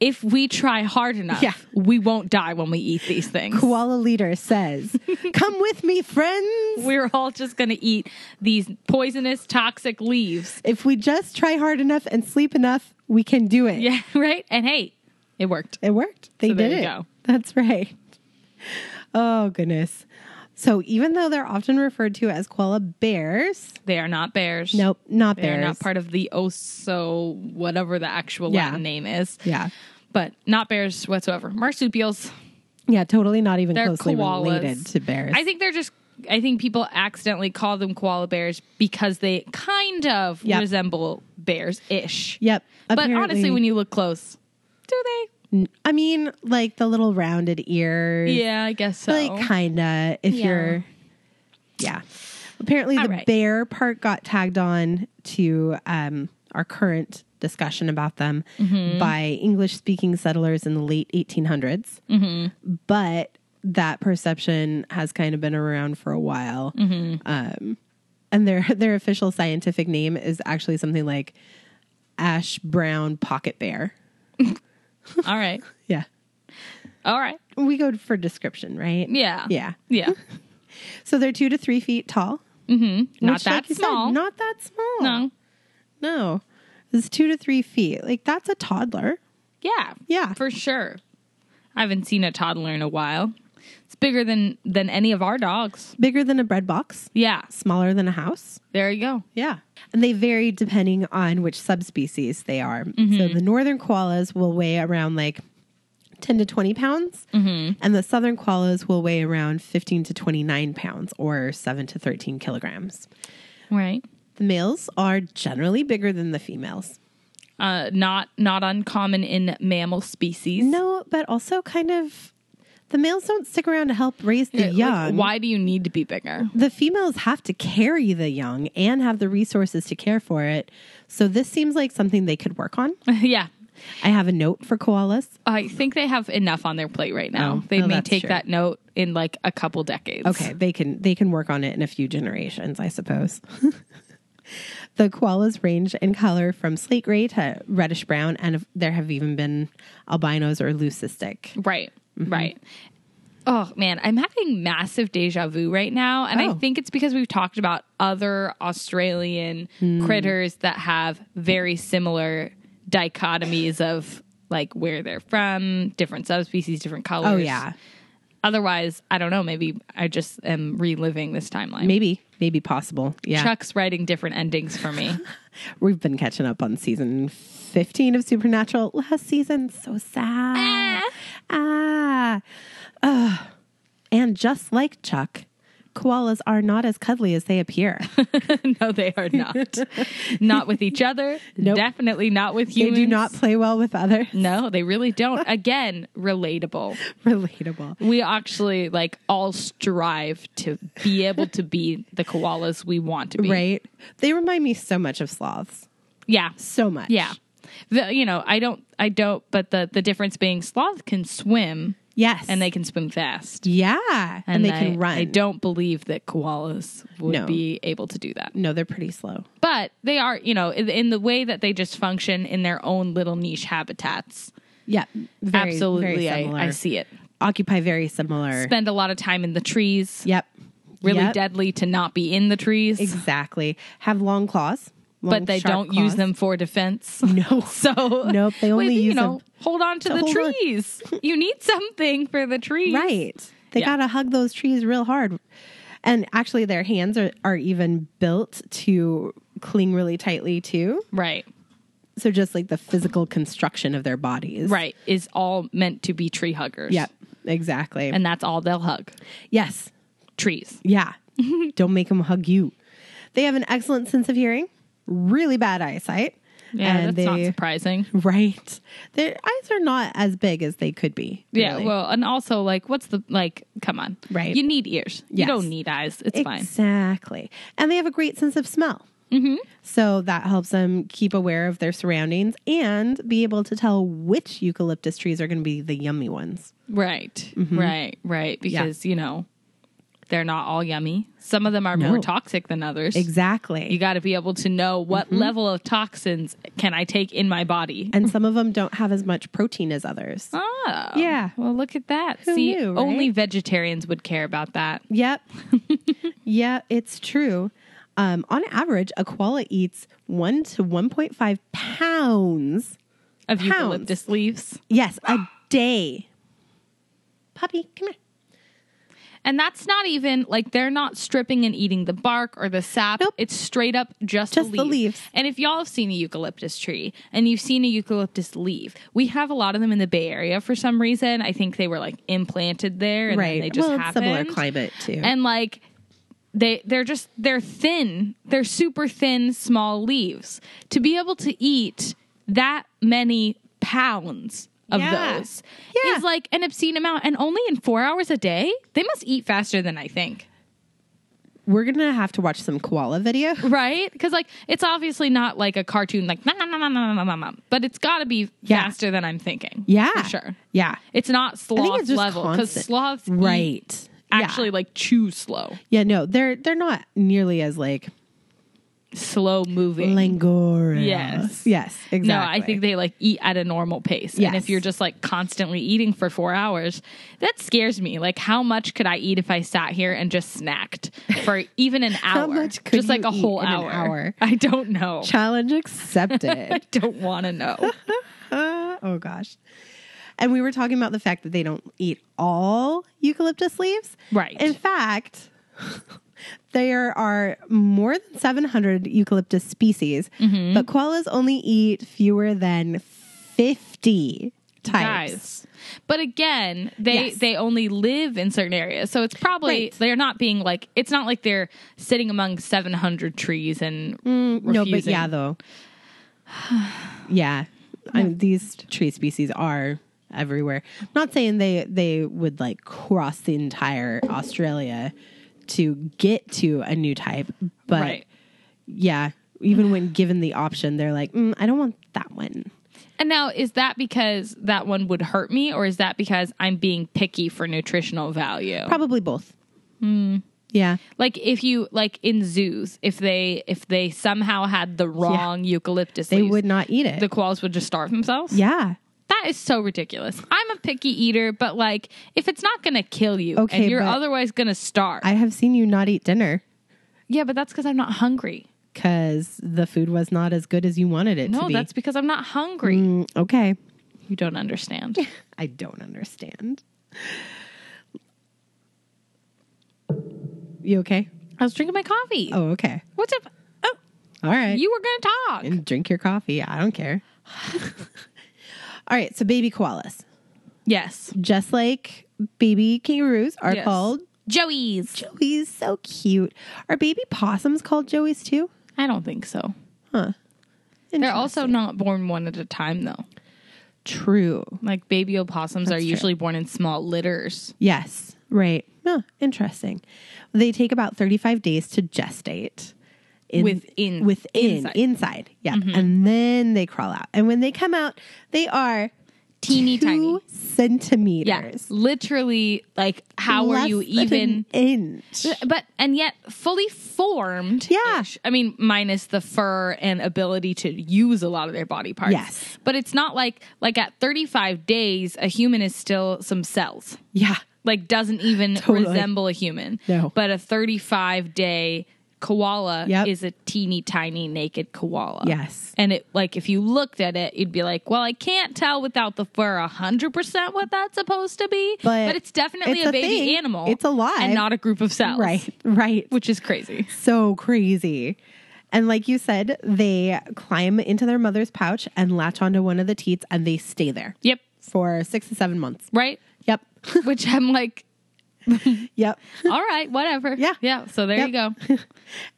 Speaker 2: if we try hard enough
Speaker 1: Yeah.
Speaker 2: we won't die when we eat these things
Speaker 1: Koala leader says, "Come with me, friends.
Speaker 2: we're all just going to eat these poisonous toxic leaves
Speaker 1: If we just try hard enough and sleep enough, we can do it."
Speaker 2: yeah right and hey it worked
Speaker 1: It worked. They
Speaker 2: So there
Speaker 1: did
Speaker 2: you
Speaker 1: it.
Speaker 2: go.
Speaker 1: That's right. Oh goodness. So even though they're often referred to as koala bears,
Speaker 2: They are not bears.
Speaker 1: nope, not
Speaker 2: They're
Speaker 1: bears.
Speaker 2: not part of the oso, whatever the actual
Speaker 1: Yeah.
Speaker 2: Latin name is.
Speaker 1: yeah,
Speaker 2: But not bears whatsoever. Marsupials.
Speaker 1: yeah, totally not even
Speaker 2: They're
Speaker 1: closely
Speaker 2: koalas.
Speaker 1: related to bears.
Speaker 2: I think they're just. I think people accidentally call them koala bears because they kind of
Speaker 1: Yep.
Speaker 2: resemble bears ish.
Speaker 1: Yep.
Speaker 2: But honestly, when you look close, do they?
Speaker 1: I mean, like the little rounded ears.
Speaker 2: Yeah, I guess so.
Speaker 1: Like kinda if
Speaker 2: Yeah.
Speaker 1: you're Yeah. Apparently
Speaker 2: All
Speaker 1: the
Speaker 2: right.
Speaker 1: bear part got tagged on to um our current discussion about them
Speaker 2: Mm-hmm.
Speaker 1: by English speaking settlers in the late 1800s.
Speaker 2: Mm-hmm.
Speaker 1: But that perception has kind of been around for a while.
Speaker 2: Mm-hmm.
Speaker 1: Um, and their their official scientific name is actually something like ash brown pocket bear.
Speaker 2: All right.
Speaker 1: Yeah.
Speaker 2: All right.
Speaker 1: we go for description, right?
Speaker 2: Yeah.
Speaker 1: Yeah. Mm-hmm.
Speaker 2: Yeah.
Speaker 1: So they're two to three feet tall.
Speaker 2: Not
Speaker 1: which,
Speaker 2: that
Speaker 1: like you said,
Speaker 2: small.
Speaker 1: not that small.
Speaker 2: no.
Speaker 1: No. It's two to three feet. Like that's a toddler.
Speaker 2: Yeah.
Speaker 1: Yeah.
Speaker 2: For sure. I haven't seen a toddler in a while. It's bigger than than any of our dogs.
Speaker 1: Bigger than a bread box,
Speaker 2: Yeah.
Speaker 1: smaller than a house.
Speaker 2: There you go.
Speaker 1: Yeah. And they vary depending on which subspecies they are. So
Speaker 2: Mm-hmm.
Speaker 1: the northern koalas will weigh around like 10 to 20 pounds,
Speaker 2: Mm-hmm.
Speaker 1: and the southern koalas will weigh around 15 to 29 pounds or 7 to 13 kilograms.
Speaker 2: Right.
Speaker 1: The males are generally bigger than the females.
Speaker 2: Uh not not uncommon in mammal species.
Speaker 1: No, but also kind of the males don't stick around to help raise the
Speaker 2: Like,
Speaker 1: young.
Speaker 2: why do you need to be bigger?
Speaker 1: The females have to carry the young and have the resources to care for it. So this seems like something they could work on.
Speaker 2: yeah.
Speaker 1: I have a note for koalas.
Speaker 2: I think they have enough on their plate right now.
Speaker 1: No.
Speaker 2: they
Speaker 1: No,
Speaker 2: may
Speaker 1: Oh. that's
Speaker 2: take
Speaker 1: true.
Speaker 2: that note in like a couple decades.
Speaker 1: Okay, they can they can work on it in a few generations, I suppose. the koalas range in color from slate gray to reddish brown, and there have even been albinos or leucistic.
Speaker 2: Right.
Speaker 1: Mm-hmm.
Speaker 2: Right. Oh man, I'm having massive deja vu right now. And I
Speaker 1: Oh.
Speaker 2: think it's because we've talked about other Australian
Speaker 1: Hmm.
Speaker 2: critters that have very similar dichotomies of like where they're from, different subspecies, different colors.
Speaker 1: Oh yeah,
Speaker 2: Otherwise, I don't know. Maybe I just am reliving this timeline.
Speaker 1: maybe maybe possible. Yeah,
Speaker 2: Chuck's writing different endings for me.
Speaker 1: We've been catching up on season 15 of Supernatural. Last season, so sad. Ah. Ugh. And just like Chuck, koalas are not as cuddly as they appear.
Speaker 2: no, they are not. not with each other.
Speaker 1: Nope.
Speaker 2: Definitely not with
Speaker 1: they
Speaker 2: humans.
Speaker 1: do not play well with others.
Speaker 2: No, they really don't. Again, relatable.
Speaker 1: Relatable.
Speaker 2: We actually like all strive to be able to be the koalas we want to be.
Speaker 1: Right? They remind me so much of sloths.
Speaker 2: Yeah.
Speaker 1: So much.
Speaker 2: Yeah. The, you know, I don't, I don't, but the, the difference being sloth can swim
Speaker 1: Yes.
Speaker 2: and they can swim fast.
Speaker 1: Yeah. And, they
Speaker 2: I-
Speaker 1: can run.
Speaker 2: I don't believe that koalas would
Speaker 1: No.
Speaker 2: be able to do that.
Speaker 1: No, they're pretty slow.
Speaker 2: But they are, you know, in, in the way that they just function in their own little niche habitats.
Speaker 1: Yeah. Very,
Speaker 2: absolutely.
Speaker 1: very similar.
Speaker 2: I, I see it.
Speaker 1: Occupy very similar.
Speaker 2: Spend a lot of time in the trees.
Speaker 1: yep.
Speaker 2: Really
Speaker 1: Yep.
Speaker 2: deadly to not be in the trees.
Speaker 1: Exactly. Have long claws, long,
Speaker 2: but they
Speaker 1: sharp
Speaker 2: don't use
Speaker 1: claws.
Speaker 2: them for defense.
Speaker 1: No.
Speaker 2: So
Speaker 1: Nope, they only
Speaker 2: well, you
Speaker 1: use
Speaker 2: know,
Speaker 1: them
Speaker 2: hold on to,
Speaker 1: to
Speaker 2: the
Speaker 1: hold on.
Speaker 2: trees. you need something for the trees.
Speaker 1: Right. They
Speaker 2: Yeah.
Speaker 1: gotta hug those trees real hard, and actually, their hands are are even built to cling really tightly too.
Speaker 2: Right.
Speaker 1: So just like the physical construction of their bodies.
Speaker 2: Right. Is all meant to be tree huggers.
Speaker 1: Yep. Exactly.
Speaker 2: And that's all they'll hug.
Speaker 1: yes.
Speaker 2: Trees.
Speaker 1: Yeah. don't make them hug you. They have an excellent sense of hearing, really bad eyesight.
Speaker 2: Yeah,
Speaker 1: and
Speaker 2: that's not
Speaker 1: they-
Speaker 2: surprising.
Speaker 1: Right. Their eyes are not as big as they could be.
Speaker 2: Yeah,
Speaker 1: really.
Speaker 2: well, and also like, what's the like? Come on,
Speaker 1: Right.
Speaker 2: You need ears. You
Speaker 1: Yes.
Speaker 2: don't need eyes. It's fine.
Speaker 1: Exactly. And they have a great sense of smell. Mm-hmm. So that helps them keep aware of their surroundings and be able to tell which eucalyptus trees are going to be the yummy ones.
Speaker 2: Right, right, right. Because you know, they're not all yummy. Some of them are more
Speaker 1: No.
Speaker 2: toxic than others.
Speaker 1: Exactly.
Speaker 2: You got to be able to know what level of toxins can I take in my body.
Speaker 1: and some of them don't have as much protein as others.
Speaker 2: Oh,
Speaker 1: Yeah.
Speaker 2: Well, look at that.
Speaker 1: Who
Speaker 2: See,
Speaker 1: knew, right?
Speaker 2: only vegetarians would care about that.
Speaker 1: Yep. yeah, it's true. Um, on average, a koala eats 1 to 1.5 pounds,
Speaker 2: Of
Speaker 1: Pounds.
Speaker 2: eucalyptus leaves.
Speaker 1: yes, a day. Puppy, come here.
Speaker 2: And that's not even like they're not stripping and eating the bark or the sap.
Speaker 1: Nope.
Speaker 2: It's straight up just,
Speaker 1: Just the leaves.
Speaker 2: And if y'all have seen a eucalyptus tree and you've seen a eucalyptus leaf, we have a lot of them in the Bay Area for some reason. I think they were like implanted there and then
Speaker 1: right.
Speaker 2: they just
Speaker 1: well, it's
Speaker 2: happened.
Speaker 1: similar climate too.
Speaker 2: And like they they're just they're thin. They're super thin small leaves. To be able to eat that many pounds of
Speaker 1: Yeah.
Speaker 2: those
Speaker 1: Yeah.
Speaker 2: is like an obscene amount and only in 4 hours a day. They must eat faster than I think.
Speaker 1: We're gonna have to watch some koala video.
Speaker 2: Right? Cuz like it's obviously not like a cartoon like nom, nom, nom, nom, nom, nom, nom, nom. but it's got to be
Speaker 1: Yeah.
Speaker 2: faster than I'm thinking.
Speaker 1: Yeah.
Speaker 2: For sure.
Speaker 1: Yeah.
Speaker 2: It's not
Speaker 1: I
Speaker 2: sloth
Speaker 1: think it's just
Speaker 2: level cuz
Speaker 1: constant.
Speaker 2: sloths eat
Speaker 1: right. Yeah.
Speaker 2: actually like chew slow.
Speaker 1: Yeah. No, they're they're not nearly as like
Speaker 2: Slow moving.
Speaker 1: languorous.
Speaker 2: Yes.
Speaker 1: Yes. Exactly.
Speaker 2: No, I think they like eat at a normal pace. And
Speaker 1: Yes.
Speaker 2: if you're just like constantly eating for four hours, that scares me. Like, how much could I eat if I sat here and just snacked for even an hour?
Speaker 1: How much could
Speaker 2: just like
Speaker 1: you
Speaker 2: a whole
Speaker 1: eat in an
Speaker 2: hour.
Speaker 1: hour?
Speaker 2: I don't know.
Speaker 1: challenge
Speaker 2: I
Speaker 1: accepted.
Speaker 2: don't want to know.
Speaker 1: Uh, oh gosh. And we were talking about the fact that they don't eat all eucalyptus leaves.
Speaker 2: Right.
Speaker 1: In fact, there are more than 700 eucalyptus species,
Speaker 2: Mm-hmm.
Speaker 1: but koalas only eat fewer than 50 types.
Speaker 2: Guys. But again, they
Speaker 1: Yes.
Speaker 2: they only live in certain areas. So it's probably
Speaker 1: Right.
Speaker 2: they're not being like it's not like they're sitting among 700 trees and
Speaker 1: No, but
Speaker 2: refusing-
Speaker 1: yeah, though. yeah. I mean, these tree species are everywhere. not saying they, they would like cross the entire Australia to get to a new type, but
Speaker 2: right.
Speaker 1: yeah, even when given the option, they're like, mm, I don't want that one.
Speaker 2: And now, is that because that one would hurt me, or is that because I'm being picky for nutritional value?
Speaker 1: Probably both.
Speaker 2: Hmm.
Speaker 1: Yeah.
Speaker 2: Like if you like in zoos, if they if they somehow had the wrong eucalyptus,
Speaker 1: They
Speaker 2: leaves,
Speaker 1: would not eat it.
Speaker 2: The koalas would just starve themselves.
Speaker 1: yeah.
Speaker 2: that is so ridiculous. I'm a picky eater, but like if it's not gonna kill you,
Speaker 1: Okay,
Speaker 2: and you're
Speaker 1: but-
Speaker 2: otherwise gonna starve,
Speaker 1: I have seen you not eat dinner
Speaker 2: yeah, but that's because I'm not hungry.
Speaker 1: because the food was not as good as you wanted it to
Speaker 2: No,
Speaker 1: be.
Speaker 2: that's because I'm not hungry.
Speaker 1: Mm, okay.
Speaker 2: You don't understand.
Speaker 1: I don't understand. You okay?
Speaker 2: I was drinking my coffee.
Speaker 1: Oh, okay.
Speaker 2: What's up? Oh,
Speaker 1: All right.
Speaker 2: you were gonna talk.
Speaker 1: and drink your coffee. I don't care. All right. So, baby koalas,
Speaker 2: yes,
Speaker 1: just like baby kangaroos, are
Speaker 2: Yes.
Speaker 1: called
Speaker 2: Joey's.
Speaker 1: Joey's. So cute. Are baby possums called Joey's too?
Speaker 2: I don't think so.
Speaker 1: Huh.
Speaker 2: They're also not born one at a time, though.
Speaker 1: true.
Speaker 2: Like baby opossums
Speaker 1: That's
Speaker 2: are
Speaker 1: true.
Speaker 2: usually born in small litters.
Speaker 1: Yes. Right. Huh, interesting. They take about 35 days to gestate. In,
Speaker 2: Within-
Speaker 1: within
Speaker 2: inside. Mm-hmm.
Speaker 1: inside, yeah, and then they crawl out, and when they come out, they are
Speaker 2: Teeny
Speaker 1: two
Speaker 2: tiny. Yeah,
Speaker 1: centimeters.
Speaker 2: literally. Like, how
Speaker 1: Less
Speaker 2: are you
Speaker 1: than
Speaker 2: even?
Speaker 1: an inch?
Speaker 2: But and yet fully formed.
Speaker 1: Yeah.
Speaker 2: I mean, minus the fur and ability to use a lot of their body parts.
Speaker 1: Yes.
Speaker 2: But it's not like like at 35 days, a human is still some cells.
Speaker 1: Yeah,
Speaker 2: Like doesn't even
Speaker 1: Totally.
Speaker 2: resemble a human.
Speaker 1: No.
Speaker 2: But a 35 day koala
Speaker 1: Yep.
Speaker 2: is a teeny tiny naked koala.
Speaker 1: yes,
Speaker 2: And it like if you looked at it, you'd be like, Well, I can't tell without the fur hundred percent what that's supposed to be.
Speaker 1: But
Speaker 2: it's definitely
Speaker 1: it's
Speaker 2: a
Speaker 1: a
Speaker 2: baby
Speaker 1: thing.
Speaker 2: animal.
Speaker 1: It's alive.
Speaker 2: And not a group of cells.
Speaker 1: right, right.
Speaker 2: Which is crazy.
Speaker 1: so crazy. And like you said, they climb into their mother's pouch and latch onto one of the teats and they stay there
Speaker 2: Yep.
Speaker 1: for six to seven months.
Speaker 2: Right?
Speaker 1: Yep.
Speaker 2: Which I'm like,
Speaker 1: Yep.
Speaker 2: all right, whatever.
Speaker 1: Yeah.
Speaker 2: Yeah. So there you go.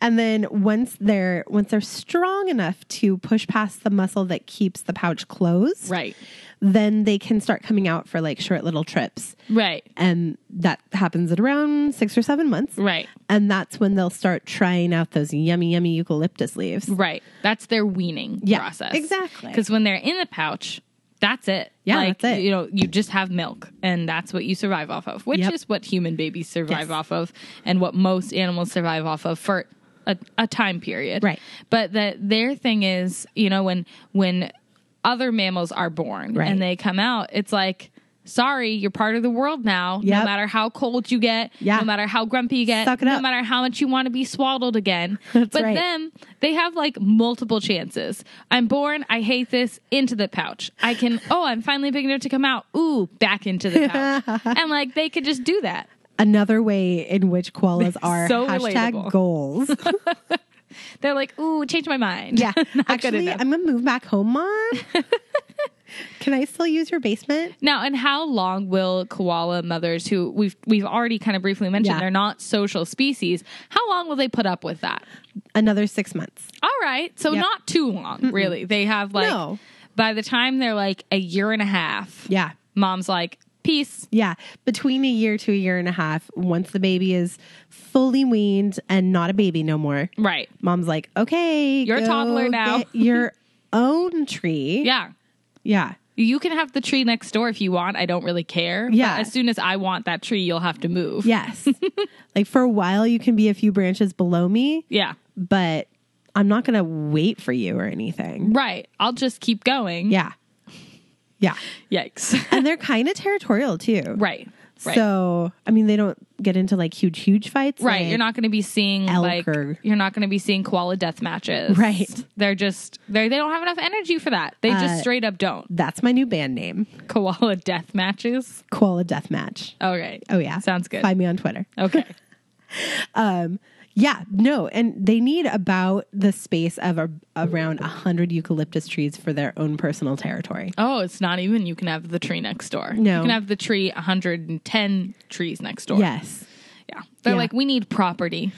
Speaker 1: and then once they're once they're strong enough to push past the muscle that keeps the pouch closed,
Speaker 2: Right.
Speaker 1: then they can start coming out for like short little trips.
Speaker 2: Right.
Speaker 1: And that happens at around six or seven months.
Speaker 2: Right.
Speaker 1: And that's when they'll start trying out those yummy, yummy eucalyptus leaves.
Speaker 2: Right. That's their weaning
Speaker 1: Yeah,
Speaker 2: process.
Speaker 1: exactly.
Speaker 2: Because when they're in the pouch, that's it.
Speaker 1: Yeah,
Speaker 2: like,
Speaker 1: that's it.
Speaker 2: You know, you just have milk, and that's what you survive off of, which
Speaker 1: Yep.
Speaker 2: is what human babies survive
Speaker 1: Yes.
Speaker 2: off of, and what most animals survive off of for a, a time period.
Speaker 1: Right.
Speaker 2: But the, their thing is, you know, when when other mammals are born
Speaker 1: Right.
Speaker 2: and they come out, it's like. Sorry, you're part of the world now.
Speaker 1: Yep.
Speaker 2: No matter how cold you get,
Speaker 1: Yeah.
Speaker 2: no matter how grumpy you get,
Speaker 1: Suck it
Speaker 2: no
Speaker 1: up.
Speaker 2: matter how much you want to be swaddled again. but
Speaker 1: right.
Speaker 2: then them, they have like multiple chances. I'm born, I hate this, into the pouch. I can, oh, I'm finally big enough to come out, ooh, back into the pouch. and like they could just do that.
Speaker 1: another way in which koalas are
Speaker 2: So
Speaker 1: hashtag
Speaker 2: relatable.
Speaker 1: goals.
Speaker 2: They're like, ooh, change my mind.
Speaker 1: Yeah.
Speaker 2: Not good
Speaker 1: Actually,
Speaker 2: enough.
Speaker 1: I'm going to move back home, Mom. Can I still use your basement?
Speaker 2: Now, and how long will koala mothers, who we've we've already kind of briefly mentioned,
Speaker 1: Yeah.
Speaker 2: they're not social species. How long will they put up with that?
Speaker 1: Another six months.
Speaker 2: All right, so
Speaker 1: Yep.
Speaker 2: not too long, really. They have like
Speaker 1: No.
Speaker 2: by the time they're like a year and a half,
Speaker 1: Yeah.
Speaker 2: mom's like peace.
Speaker 1: Yeah. Between a year to a year and a half, once the baby is fully weaned and not a baby no more,
Speaker 2: Right.
Speaker 1: mom's like, okay,
Speaker 2: You're a
Speaker 1: go
Speaker 2: toddler now."
Speaker 1: get your own tree.
Speaker 2: Yeah.
Speaker 1: Yeah.
Speaker 2: You can have the tree next door if you want. I don't really care. But
Speaker 1: Yeah.
Speaker 2: as soon as I want that tree, you'll have to move.
Speaker 1: Yes. like for a while, you can be a few branches below me,
Speaker 2: Yeah.
Speaker 1: but I'm not going to wait for you or anything.
Speaker 2: Right. I'll just keep going.
Speaker 1: Yeah. Yeah.
Speaker 2: Yikes.
Speaker 1: And they're kind of territorial too.
Speaker 2: right. Right.
Speaker 1: So, I mean, they don't get into like huge, huge fights.
Speaker 2: Right.
Speaker 1: like-
Speaker 2: You're not going to be seeing
Speaker 1: elk
Speaker 2: like
Speaker 1: or-
Speaker 2: you're not going to be seeing koala death matches.
Speaker 1: Right.
Speaker 2: They're just they they don't have enough energy for that. They
Speaker 1: Uh,
Speaker 2: just straight up don't.
Speaker 1: That's my new band name,
Speaker 2: Koala death matches.
Speaker 1: Koala Deathmatch.
Speaker 2: Okay.
Speaker 1: Oh, yeah.
Speaker 2: Sounds good.
Speaker 1: Find me on Twitter.
Speaker 2: Okay.
Speaker 1: Yeah, no, and they need about the space of a, around 100 eucalyptus trees for their own personal territory.
Speaker 2: Oh, it's not even you can have the tree next door.
Speaker 1: No.
Speaker 2: You can have the tree 110 trees next door.
Speaker 1: Yes.
Speaker 2: Yeah. They're
Speaker 1: Yeah.
Speaker 2: like we need property.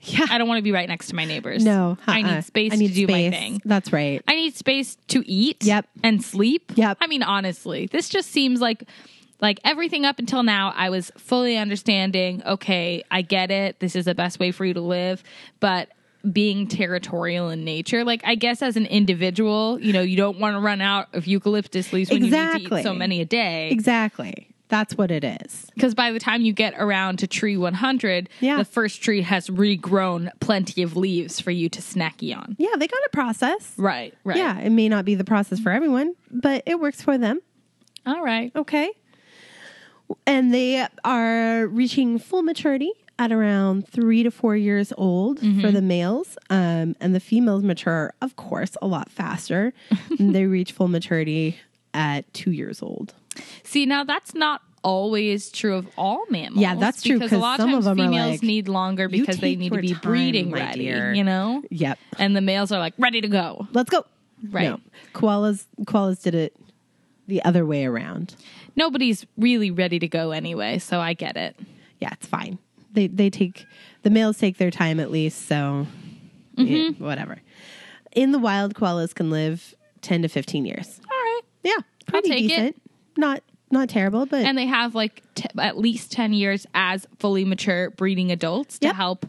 Speaker 1: Yeah.
Speaker 2: I don't want to be right next to my neighbors.
Speaker 1: no,
Speaker 2: I
Speaker 1: uh-uh.
Speaker 2: need space
Speaker 1: I need
Speaker 2: to do
Speaker 1: space.
Speaker 2: my thing.
Speaker 1: That's right.
Speaker 2: I need space to eat.
Speaker 1: Yep.
Speaker 2: And sleep.
Speaker 1: Yep.
Speaker 2: I mean, honestly, this just seems like like everything up until now I was fully understanding, okay, I get it. This is the best way for you to live, but being territorial in nature, like I guess as an individual, you know, you don't want to run out of eucalyptus leaves when you need to
Speaker 1: Exactly.
Speaker 2: eat so many a day.
Speaker 1: Exactly. That's what it is.
Speaker 2: Because by the time you get around to tree 100,
Speaker 1: Yeah.
Speaker 2: the first tree has regrown plenty of leaves for you to snacky on.
Speaker 1: Yeah, they got a process.
Speaker 2: Right, right.
Speaker 1: Yeah, it may not be the process for everyone, but it works for them.
Speaker 2: All right.
Speaker 1: Okay. And they are reaching full maturity at around three to four years old for the males. Um, and the females mature, of course, a lot faster. And they reach full maturity at two years old.
Speaker 2: See, now that's not always true of all mammals.
Speaker 1: Yeah, that's true,
Speaker 2: Because a
Speaker 1: 'cause
Speaker 2: lot
Speaker 1: some
Speaker 2: of times
Speaker 1: of 'em are
Speaker 2: females
Speaker 1: like,
Speaker 2: need longer
Speaker 1: "You
Speaker 2: because they
Speaker 1: take
Speaker 2: need to
Speaker 1: your
Speaker 2: be
Speaker 1: time,
Speaker 2: breeding
Speaker 1: my
Speaker 2: ready,
Speaker 1: dear."
Speaker 2: you know?
Speaker 1: Yep.
Speaker 2: And the males are like, ready to go.
Speaker 1: Let's go.
Speaker 2: Right.
Speaker 1: No. Koalas koalas did it the other way around.
Speaker 2: Nobody's really ready to go anyway, so I get it.
Speaker 1: Yeah, it's fine. They they take the males take their time at least, so yeah, whatever. In the wild, koalas can live ten to fifteen years.
Speaker 2: All right.
Speaker 1: Yeah, pretty
Speaker 2: take it.
Speaker 1: decent. Not not terrible, but
Speaker 2: And they have like t- at least 10 years as fully mature breeding adults to
Speaker 1: Yep.
Speaker 2: help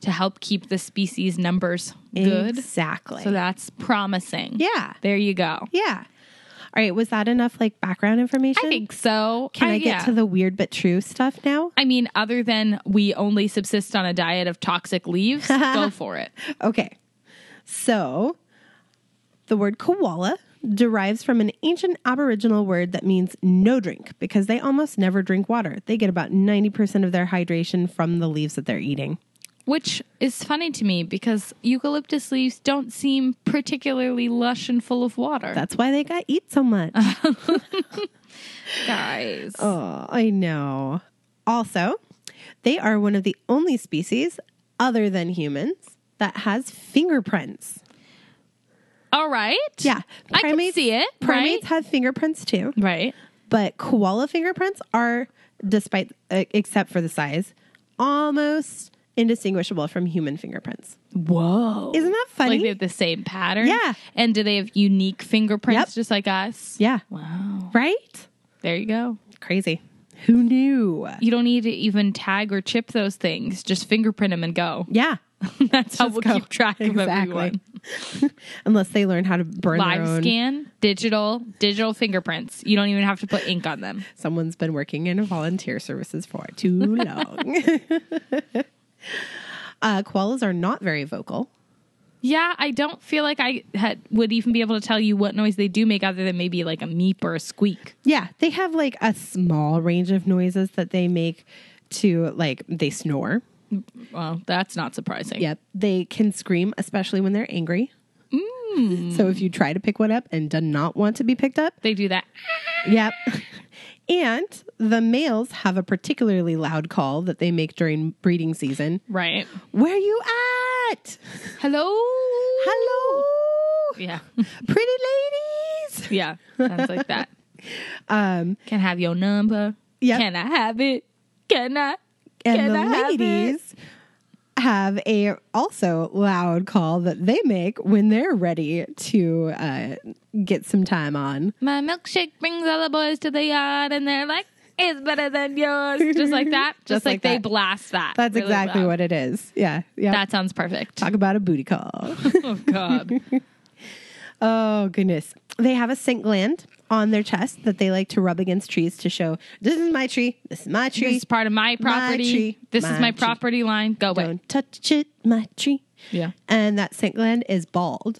Speaker 2: to help keep the species numbers good.
Speaker 1: Exactly.
Speaker 2: So that's promising.
Speaker 1: Yeah.
Speaker 2: There you go.
Speaker 1: yeah. All right, was that enough like background information?
Speaker 2: I think so.
Speaker 1: can I, get
Speaker 2: yeah.
Speaker 1: to the weird but true stuff now?
Speaker 2: I mean, other than we only subsist on a diet of toxic leaves, go for it.
Speaker 1: Okay. So, the word koala derives from an ancient Aboriginal word that means no drink because they almost never drink water. They get about 90% of their hydration from the leaves that they're eating.
Speaker 2: Which is funny to me because eucalyptus leaves don't seem particularly lush and full of water.
Speaker 1: That's why they got eat so much.
Speaker 2: guys.
Speaker 1: Oh, I know. Also, they are one of the only species other than humans that has fingerprints.
Speaker 2: All right.
Speaker 1: Yeah.
Speaker 2: I can see it,
Speaker 1: Primates
Speaker 2: right?
Speaker 1: have fingerprints too.
Speaker 2: Right.
Speaker 1: but koala fingerprints are despite uh, except for the size almost indistinguishable from human fingerprints
Speaker 2: Whoa.
Speaker 1: isn't that funny
Speaker 2: Like they have the same pattern.
Speaker 1: Yeah.
Speaker 2: And do they have unique fingerprints
Speaker 1: Yep.
Speaker 2: just like us?
Speaker 1: yeah
Speaker 2: Wow.
Speaker 1: right
Speaker 2: There you go.
Speaker 1: crazy who knew
Speaker 2: You don't need to even tag or chip those things. Just fingerprint them and go.
Speaker 1: yeah
Speaker 2: That's how
Speaker 1: Just
Speaker 2: we'll
Speaker 1: go.
Speaker 2: keep track of everyone.
Speaker 1: unless they learn how to burn their
Speaker 2: Live
Speaker 1: own
Speaker 2: scan, digital, digital fingerprints. You don't even have to put ink on them.
Speaker 1: someone's been working in volunteer services for too long uh, koalas are not very vocal
Speaker 2: Yeah, I don't feel like I had, would even be able to tell you what noise they do make other than maybe like a meep or a squeak.
Speaker 1: Yeah, they have like a small range of noises that they make to like they snore.
Speaker 2: Well, that's not surprising.
Speaker 1: Yep. They can scream, especially when they're angry. Mm. So if you try to pick one up and do not want to be picked up,
Speaker 2: They do that.
Speaker 1: yep. And the males have a particularly loud call that they make during breeding season.
Speaker 2: Right.
Speaker 1: Where you at?
Speaker 2: Hello.
Speaker 1: Hello,
Speaker 2: Yeah.
Speaker 1: pretty ladies.
Speaker 2: Yeah. Sounds like that.
Speaker 1: Um,
Speaker 2: Can I have your number?
Speaker 1: Yep.
Speaker 2: Can I have it? Can I?
Speaker 1: and
Speaker 2: Can
Speaker 1: the
Speaker 2: I have it?
Speaker 1: ladies have a also loud call that they make when they're ready to uh, get some time on.
Speaker 2: My milkshake brings all the boys to the yard, and they're like, "It's better than yours," just like that. Just,
Speaker 1: Just
Speaker 2: like,
Speaker 1: like
Speaker 2: they
Speaker 1: that.
Speaker 2: blast that.
Speaker 1: That's
Speaker 2: really
Speaker 1: exactly
Speaker 2: loud.
Speaker 1: what it is. Yeah, yeah.
Speaker 2: That sounds perfect.
Speaker 1: Talk about a booty call.
Speaker 2: Oh God.
Speaker 1: oh goodness, they have a scent gland on their chest that they like to rub against trees to show this is my tree. This is my tree.
Speaker 2: This is part of my property.
Speaker 1: tree.
Speaker 2: This
Speaker 1: My
Speaker 2: is my
Speaker 1: tree.
Speaker 2: property line. Go away.
Speaker 1: Don't touch it, my tree.
Speaker 2: Yeah.
Speaker 1: And that scent gland is bald.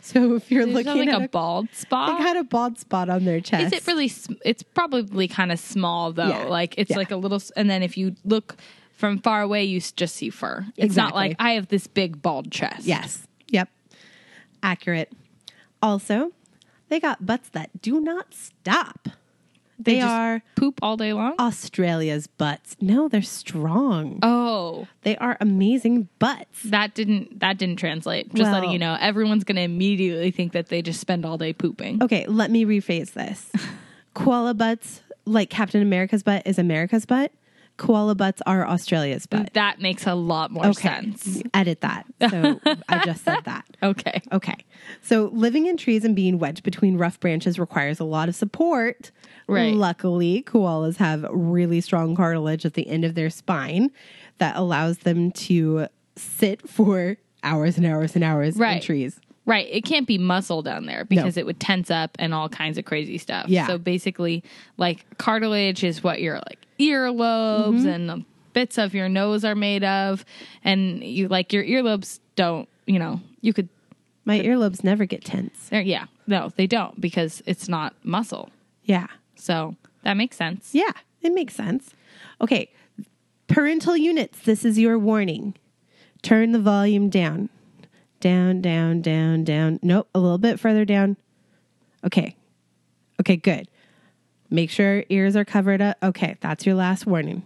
Speaker 1: So if you're
Speaker 2: There's
Speaker 1: looking
Speaker 2: like
Speaker 1: at
Speaker 2: a, bald
Speaker 1: They
Speaker 2: spot.
Speaker 1: got a bald spot on their chest.
Speaker 2: Ah. Is it really? sm- It's probably kind of small though.
Speaker 1: Yeah.
Speaker 2: Like it's
Speaker 1: Yeah.
Speaker 2: like a little. s- And then if you look from far away, you s- just see fur. It's not
Speaker 1: Exactly.
Speaker 2: like I have this big bald chest.
Speaker 1: Yes. Yep. Accurate. Also, they got butts that do not stop. They,
Speaker 2: just-
Speaker 1: are
Speaker 2: Poop all day
Speaker 1: Uh,
Speaker 2: long.
Speaker 1: Australia's butts. No, they're strong.
Speaker 2: oh,
Speaker 1: They are amazing butts.
Speaker 2: that didn't that didn't translate. Just letting
Speaker 1: Well-
Speaker 2: you know, everyone's gonna immediately think that they just spend all day pooping.
Speaker 1: Okay, let me rephrase this. Koala butts, like Captain America's butt, is America's butt. Koala butts are Australia's butt.
Speaker 2: That makes a lot more sense.
Speaker 1: Edit that. So I just said that.
Speaker 2: Okay.
Speaker 1: Okay. So living in trees and being wedged between rough branches requires a lot of support.
Speaker 2: Right.
Speaker 1: Luckily, koalas have really strong cartilage at the end of their spine that allows them to sit for hours and hours and hours in
Speaker 2: Right.
Speaker 1: trees.
Speaker 2: Right. It can't be muscle down there because it would tense up and all kinds of crazy stuff.
Speaker 1: Yeah.
Speaker 2: So basically, like cartilage is what your like earlobes and the bits of your nose are made of, and you like your earlobes don't. You know, you could.
Speaker 1: My earlobes never get tense.
Speaker 2: they're- Yeah. No, they don't because it's not muscle.
Speaker 1: Yeah.
Speaker 2: So that makes sense.
Speaker 1: Yeah. It makes sense. Okay. Parental units, this is your warning. Turn the volume down. Down, down, down, down. Nope, a little bit further down. Okay. Okay, good. Make sure ears are covered up. Okay, that's your last warning.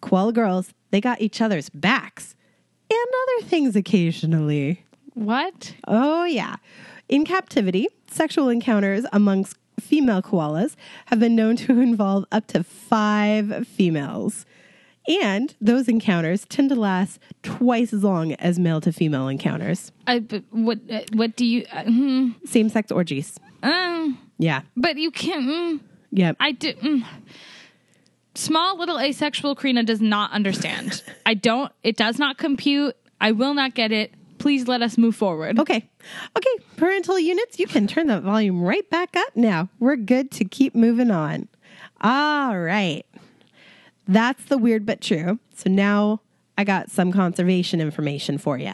Speaker 1: Koala girls, they got each other's backs and other things occasionally.
Speaker 2: What?
Speaker 1: Oh, yeah. In captivity, sexual encounters amongst female koalas have been known to involve up to five females. And those encounters tend to last twice as long as male to female encounters.
Speaker 2: I, but what? uh, What do you? Uh, hmm,
Speaker 1: Same sex orgies.
Speaker 2: um,
Speaker 1: Yeah.
Speaker 2: but you can't. Mm,
Speaker 1: Yep.
Speaker 2: I do. Mm. Small little asexual Karina does not understand. I don't. It does not compute. I will not get it. Please let us move forward.
Speaker 1: Okay. Okay. Parental units, you can turn that volume right back up now. We're good to keep moving on. All right. That's the weird but true. So now I got some conservation information for you.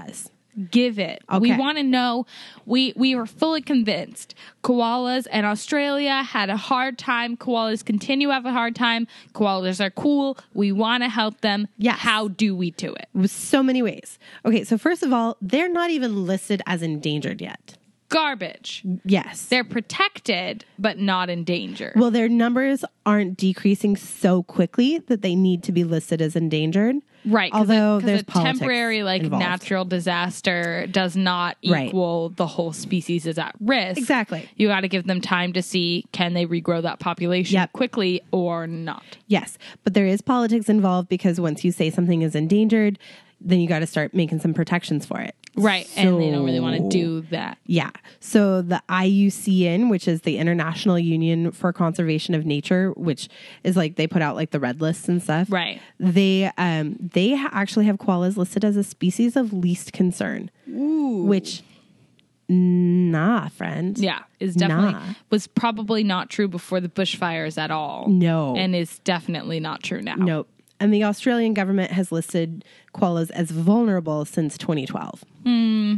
Speaker 2: Give it. We
Speaker 1: Okay.
Speaker 2: want to know. We we were fully convinced. Koalas and Australia had a hard time. Koalas continue to have a hard time. Koalas are cool. We want to help them.
Speaker 1: Yes.
Speaker 2: How do we do it?
Speaker 1: with so many ways. Okay, so first of all, they're not even listed as endangered yet.
Speaker 2: Garbage.
Speaker 1: Yes.
Speaker 2: They're protected, but not in danger.
Speaker 1: well, their numbers aren't decreasing so quickly that they need to be listed as endangered.
Speaker 2: Right. 'cause
Speaker 1: Although
Speaker 2: a, 'cause
Speaker 1: there's
Speaker 2: a
Speaker 1: politics
Speaker 2: temporary like
Speaker 1: involved.
Speaker 2: natural disaster does not
Speaker 1: Right.
Speaker 2: equal the whole species is at risk.
Speaker 1: Exactly.
Speaker 2: You got to give them time to see can they regrow that population
Speaker 1: Yep.
Speaker 2: quickly or not.
Speaker 1: Yes, but there is politics involved because once you say something is endangered, then you got to start making some protections for it.
Speaker 2: Right. and they don't really want
Speaker 1: So-
Speaker 2: to do that.
Speaker 1: Yeah. So the IUCN, which is the International Union for Conservation of Nature, which is like they put out like the red lists and stuff.
Speaker 2: Right.
Speaker 1: They um they ha- actually have koalas listed as a species of least concern. Ooh. Which nah, friend.
Speaker 2: Yeah. Is definitely
Speaker 1: Nah.
Speaker 2: was probably not true before the bushfires at all.
Speaker 1: No.
Speaker 2: And is definitely not true now.
Speaker 1: Nope. and the Australian government has listed koalas as vulnerable since 2012.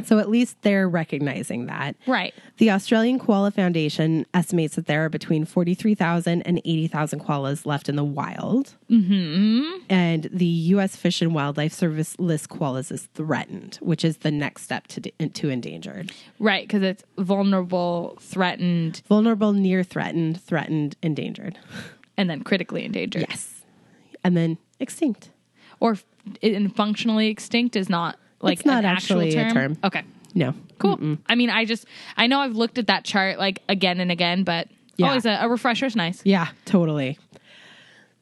Speaker 1: So at least they're recognizing that.
Speaker 2: Right.
Speaker 1: The Australian Koala Foundation estimates that there are between 43,000 and 80,000 koalas left in the wild. Mm-hmm. And the U.S. Fish and Wildlife Service lists koalas as threatened, which is the next step to, to endangered.
Speaker 2: Right, because it's vulnerable, threatened,
Speaker 1: Vulnerable, near threatened, threatened, endangered.
Speaker 2: and then critically endangered.
Speaker 1: Yes. And then extinct.
Speaker 2: Or f- and functionally extinct is not like
Speaker 1: It's not
Speaker 2: an actual
Speaker 1: actually a
Speaker 2: term.
Speaker 1: term.
Speaker 2: Okay.
Speaker 1: No.
Speaker 2: Cool. I mean, I just I know I've looked at that chart like again and again, but
Speaker 1: Yeah.
Speaker 2: always a, a refresher's nice.
Speaker 1: Yeah, totally.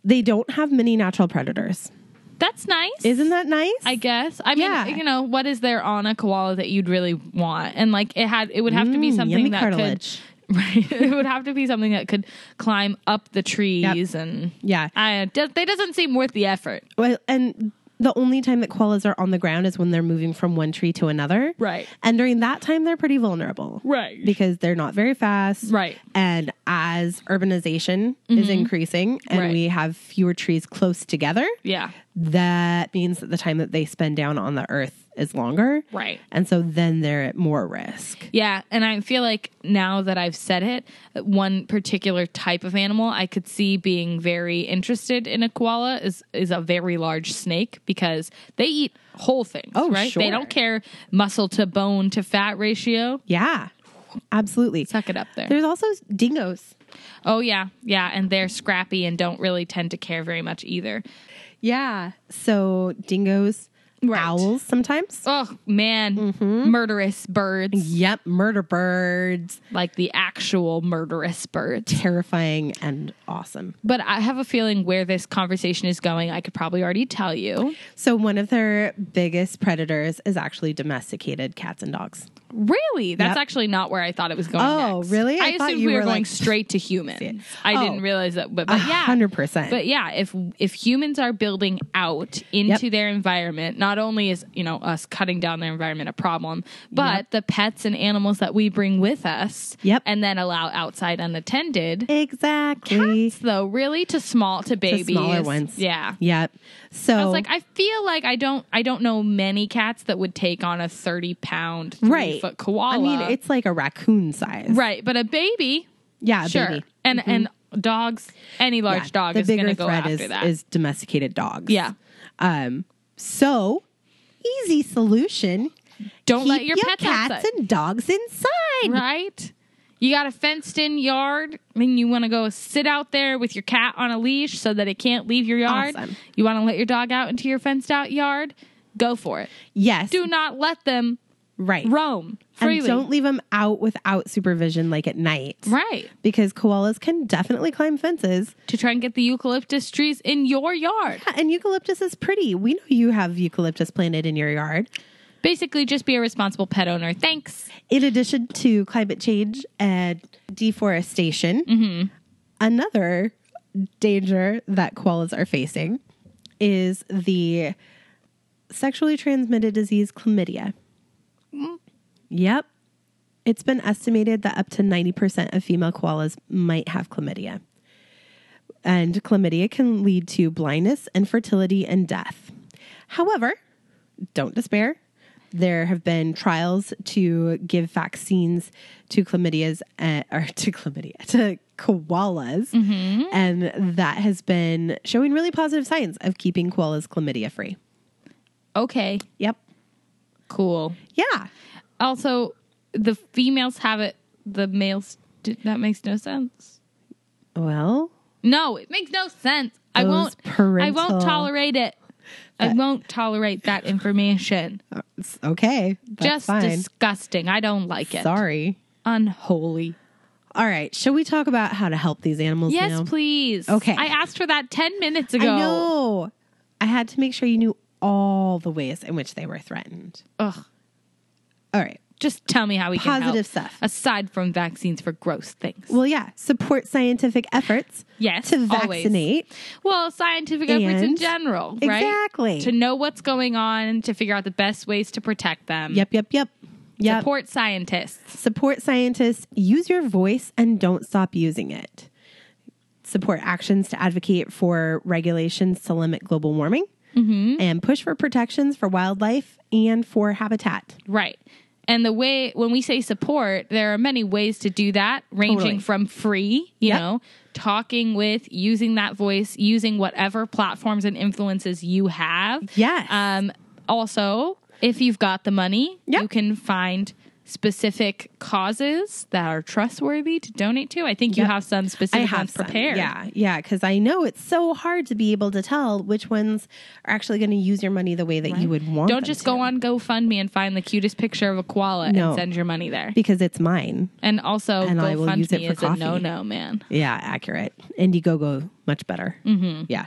Speaker 1: They don't have many natural predators.
Speaker 2: That's nice.
Speaker 1: Isn't that nice?
Speaker 2: I guess. I mean,
Speaker 1: Yeah.
Speaker 2: you know, what is there on a koala that you'd really want? And like, it had, it would have to be
Speaker 1: Mm, yummy
Speaker 2: something that
Speaker 1: cartilage.
Speaker 2: could, right? It would have to be something that could climb up the trees and
Speaker 1: Yeah.
Speaker 2: I, do- they doesn't seem worth the effort.
Speaker 1: Well, and the only time that koalas are on the ground is when they're moving from one tree to another.
Speaker 2: Right.
Speaker 1: And during that time, they're pretty vulnerable.
Speaker 2: Right.
Speaker 1: Because they're not very fast.
Speaker 2: Right. Mm-hmm.
Speaker 1: And as urbanization is increasing and
Speaker 2: Right.
Speaker 1: we have fewer trees close together,
Speaker 2: Yeah.
Speaker 1: that means that the time that they spend down on the earth is longer.
Speaker 2: Right.
Speaker 1: And so then they're at more risk.
Speaker 2: Yeah, and I feel like now that I've said it, one particular type of animal I could see being very interested in a koala is is a very large snake because they eat whole things.
Speaker 1: Oh,
Speaker 2: right?
Speaker 1: sure.
Speaker 2: They don't care muscle to bone to fat ratio.
Speaker 1: Yeah. Absolutely.
Speaker 2: Suck it up there.
Speaker 1: There's also dingoes.
Speaker 2: oh yeah, yeah, and they're scrappy and don't really tend to care very much either.
Speaker 1: Yeah. So dingoes,
Speaker 2: Right.
Speaker 1: owls sometimes.
Speaker 2: Oh man,
Speaker 1: Mm-hmm.
Speaker 2: murderous birds
Speaker 1: Yep, murder birds.
Speaker 2: like the actual murderous birds.
Speaker 1: Terrifying and awesome.
Speaker 2: But I have a feeling where this conversation is going, I could probably already tell you.
Speaker 1: So one of their biggest predators is actually domesticated cats and dogs.
Speaker 2: Really? That's
Speaker 1: Yep.
Speaker 2: actually not where I thought it was going.
Speaker 1: Oh,
Speaker 2: next.
Speaker 1: really?
Speaker 2: I,
Speaker 1: I thought
Speaker 2: assumed
Speaker 1: you
Speaker 2: we were,
Speaker 1: were,
Speaker 2: going
Speaker 1: like,
Speaker 2: straight to humans. I
Speaker 1: Oh.
Speaker 2: didn't realize that, but, but yeah,
Speaker 1: hundred percent.
Speaker 2: But yeah, if if humans are building out into their environment, not only is you know us cutting down their environment a problem, but the pets and animals that we bring with us,
Speaker 1: Yep.
Speaker 2: and then allow outside unattended.
Speaker 1: Exactly.
Speaker 2: Cats, though, really to small to
Speaker 1: The
Speaker 2: babies,
Speaker 1: smaller ones.
Speaker 2: Yeah,
Speaker 1: Yep. So
Speaker 2: I was like, I feel like I don't, I don't know many cats that would take on a thirty-pound,
Speaker 1: right.
Speaker 2: foot koala.
Speaker 1: I mean, it's like a raccoon size.
Speaker 2: right, but a baby,
Speaker 1: Yeah, a
Speaker 2: sure,
Speaker 1: baby. Mm-hmm.
Speaker 2: and and dogs, any large
Speaker 1: Yeah,
Speaker 2: dog
Speaker 1: the
Speaker 2: is going
Speaker 1: bigger
Speaker 2: to go
Speaker 1: threat
Speaker 2: after
Speaker 1: is,
Speaker 2: that.
Speaker 1: is domesticated dogs.
Speaker 2: Yeah.
Speaker 1: Um, so easy solution.
Speaker 2: Don't
Speaker 1: Keep
Speaker 2: let your pets
Speaker 1: cats
Speaker 2: outside.
Speaker 1: and dogs inside.
Speaker 2: right? You got a fenced-in yard, and you want to go sit out there with your cat on a leash so that it can't leave your yard.
Speaker 1: Awesome.
Speaker 2: You want to let your dog out into your fenced-out yard. Go for it.
Speaker 1: Yes.
Speaker 2: Do not let them
Speaker 1: right.
Speaker 2: roam freely.
Speaker 1: And don't leave them out without supervision, like at night.
Speaker 2: right.
Speaker 1: Because koalas can definitely climb fences.
Speaker 2: to try and get the eucalyptus trees in your yard.
Speaker 1: And eucalyptus is pretty. We know you have eucalyptus planted in your yard.
Speaker 2: Basically, just be a responsible pet owner. Thanks.
Speaker 1: In addition to climate change and deforestation, another danger that koalas are facing is the sexually transmitted disease chlamydia. Yep. It's been estimated that up to 90% of female koalas might have chlamydia. And chlamydia can lead to blindness, infertility, and death. However, don't despair. There have been trials to give vaccines to chlamydias uh, or to chlamydia to koalas,
Speaker 2: Mm-hmm.
Speaker 1: and that has been showing really positive signs of keeping koalas chlamydia free.
Speaker 2: Okay,
Speaker 1: Yep.
Speaker 2: cool.
Speaker 1: Yeah.
Speaker 2: Also, the females have it, the males, d- that makes no sense.
Speaker 1: Well,
Speaker 2: No, it makes no sense. I
Speaker 1: Those
Speaker 2: won't, I
Speaker 1: parental-
Speaker 2: won't tolerate it. I won't tolerate that information.
Speaker 1: it's okay. That's
Speaker 2: just
Speaker 1: fine.
Speaker 2: disgusting. I don't like it.
Speaker 1: Sorry.
Speaker 2: Unholy.
Speaker 1: All right. Shall we talk about how to help these animals?
Speaker 2: Yes,
Speaker 1: now?
Speaker 2: please.
Speaker 1: Okay.
Speaker 2: I asked for that 10 minutes
Speaker 1: I
Speaker 2: ago.
Speaker 1: know. I had to make sure you knew all the ways in which they were threatened.
Speaker 2: Ugh.
Speaker 1: All right.
Speaker 2: Just tell me how we can
Speaker 1: Positive
Speaker 2: help.
Speaker 1: stuff.
Speaker 2: Aside from vaccines for gross things.
Speaker 1: Well, yeah, support scientific efforts.
Speaker 2: Yes,
Speaker 1: to
Speaker 2: always.
Speaker 1: vaccinate.
Speaker 2: Well, scientific efforts in
Speaker 1: And-
Speaker 2: general, right?
Speaker 1: Exactly.
Speaker 2: To know what's going on, to figure out the best ways to protect them.
Speaker 1: Yep, yep, yep. Yep.
Speaker 2: Support scientists.
Speaker 1: Support scientists. Use your voice and don't stop using it. support actions to advocate for regulations to limit global warming
Speaker 2: Mm-hmm.
Speaker 1: and push for protections for wildlife and for habitat.
Speaker 2: Right. And the way when we say support, there are many ways to do that, ranging
Speaker 1: Totally.
Speaker 2: from free, you
Speaker 1: Yep.
Speaker 2: know, talking with, using that voice, using whatever platforms and influences you have.
Speaker 1: Yes.
Speaker 2: Um, also, if you've got the money,
Speaker 1: Yep.
Speaker 2: you can find specific causes that are trustworthy to donate to. I think you
Speaker 1: Yep.
Speaker 2: have some
Speaker 1: I
Speaker 2: specific
Speaker 1: have
Speaker 2: ones
Speaker 1: some.
Speaker 2: prepared.
Speaker 1: Yeah, yeah, because I know it's so hard to be able to tell which ones are actually going to use your money the way that you would want.
Speaker 2: Don't
Speaker 1: them
Speaker 2: just
Speaker 1: to.
Speaker 2: go on GoFundMe and find the cutest picture of a koala
Speaker 1: No.
Speaker 2: and send your money there.
Speaker 1: because it's mine.
Speaker 2: And also,
Speaker 1: And I will use it
Speaker 2: GoFundMe
Speaker 1: for
Speaker 2: is a
Speaker 1: coffee.
Speaker 2: no-no, man.
Speaker 1: Yeah, accurate. Indiegogo, much better. Mm-hmm. Yeah.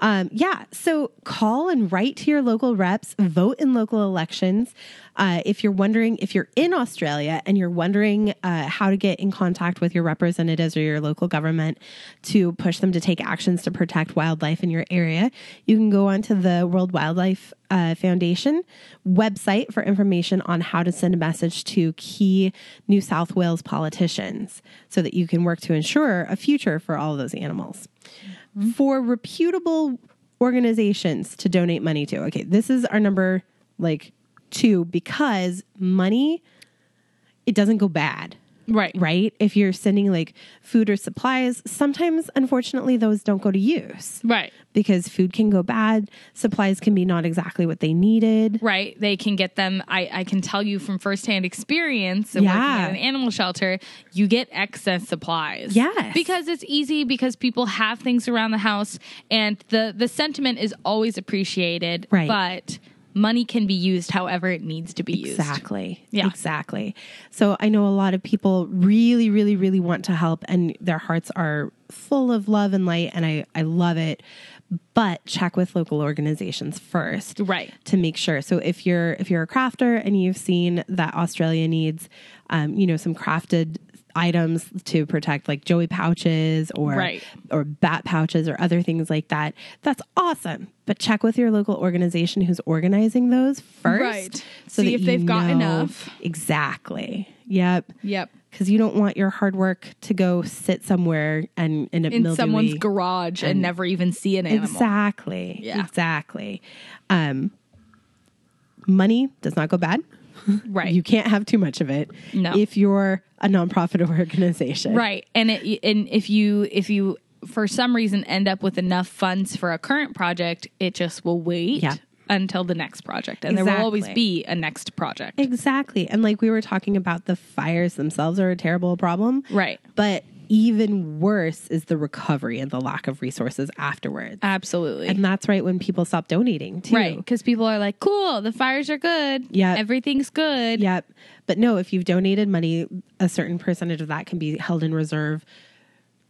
Speaker 1: Um, yeah. So call and write to your local reps, vote in local elections. Uh, if you're wondering, if you're in Australia and you're wondering uh, how to get in contact with your representatives or your local government to push them to take actions to protect wildlife in your area, you can go onto the World Wildlife uh, Foundation website for information on how to send a message to key New South Wales politicians so that you can work to ensure a future for all of those animals. For reputable organizations to donate money to. Okay, this is our number like two because money, it doesn't go bad
Speaker 2: Right.
Speaker 1: right? If you're sending like food or supplies, sometimes unfortunately those don't go to use
Speaker 2: Right.
Speaker 1: because food can go bad, supplies can be not exactly what they needed.
Speaker 2: Right. They can get them. I, I can tell you from firsthand experience of working
Speaker 1: Yeah.
Speaker 2: at an animal shelter, you get excess supplies.
Speaker 1: Yes.
Speaker 2: Because it's easy, because people have things around the house and the, the sentiment is always appreciated.
Speaker 1: Right.
Speaker 2: But money can be used however it needs to be used.
Speaker 1: Exactly.
Speaker 2: Yeah.
Speaker 1: Exactly. So I know a lot of people really, really, really want to help and their hearts are full of love and light and I, I love it. But check with local organizations first.
Speaker 2: Right.
Speaker 1: to make sure. So if you're if you're a crafter and you've seen that Australia needs, um, you know, some crafted items to protect like joey pouches or
Speaker 2: Right.
Speaker 1: or bat pouches or other things like that that's awesome but check with your local organization who's organizing those first
Speaker 2: Right. See if
Speaker 1: you
Speaker 2: they've got
Speaker 1: know-
Speaker 2: enough.
Speaker 1: exactly yep
Speaker 2: Yep.
Speaker 1: because you don't want your hard work to go sit somewhere and end up
Speaker 2: In
Speaker 1: mildewy.
Speaker 2: someone's garage and, never even see an animal.
Speaker 1: Exactly.
Speaker 2: Yeah.
Speaker 1: Exactly. Um, money does not go bad.
Speaker 2: Right.
Speaker 1: You can't have too much of it.
Speaker 2: No.
Speaker 1: If you're a nonprofit organization.
Speaker 2: right and it and if you if you for some reason end up with enough funds for a current project it just will wait
Speaker 1: Yeah.
Speaker 2: until the next project and there will always
Speaker 1: Exactly.
Speaker 2: be a next project
Speaker 1: Exactly. And like we were talking about, the fires themselves are a terrible problem.
Speaker 2: Right.
Speaker 1: But even worse is the recovery and the lack of resources afterwards.
Speaker 2: absolutely
Speaker 1: and that's right when people stop donating too.
Speaker 2: right because people are like cool the fires are good
Speaker 1: Yeah.
Speaker 2: everything's good
Speaker 1: Yep. But no, if you've donated money, a certain percentage of that can be held in reserve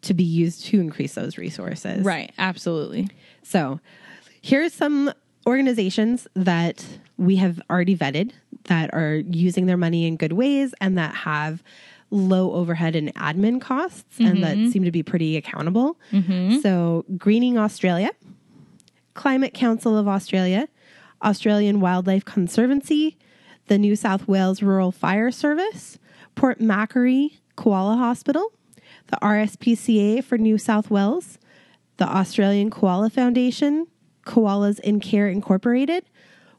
Speaker 1: to be used to increase those resources.
Speaker 2: right absolutely
Speaker 1: So here's some organizations that we have already vetted that are using their money in good ways and that have low overhead and admin costs and
Speaker 2: Mm-hmm.
Speaker 1: that seem to be pretty accountable. So Greening Australia, Climate Council of Australia, Australian Wildlife Conservancy, the New South Wales Rural Fire Service, Port Macquarie Koala Hospital, the RSPCA for New South Wales, the Australian Koala Foundation, Koalas in Care Incorporated,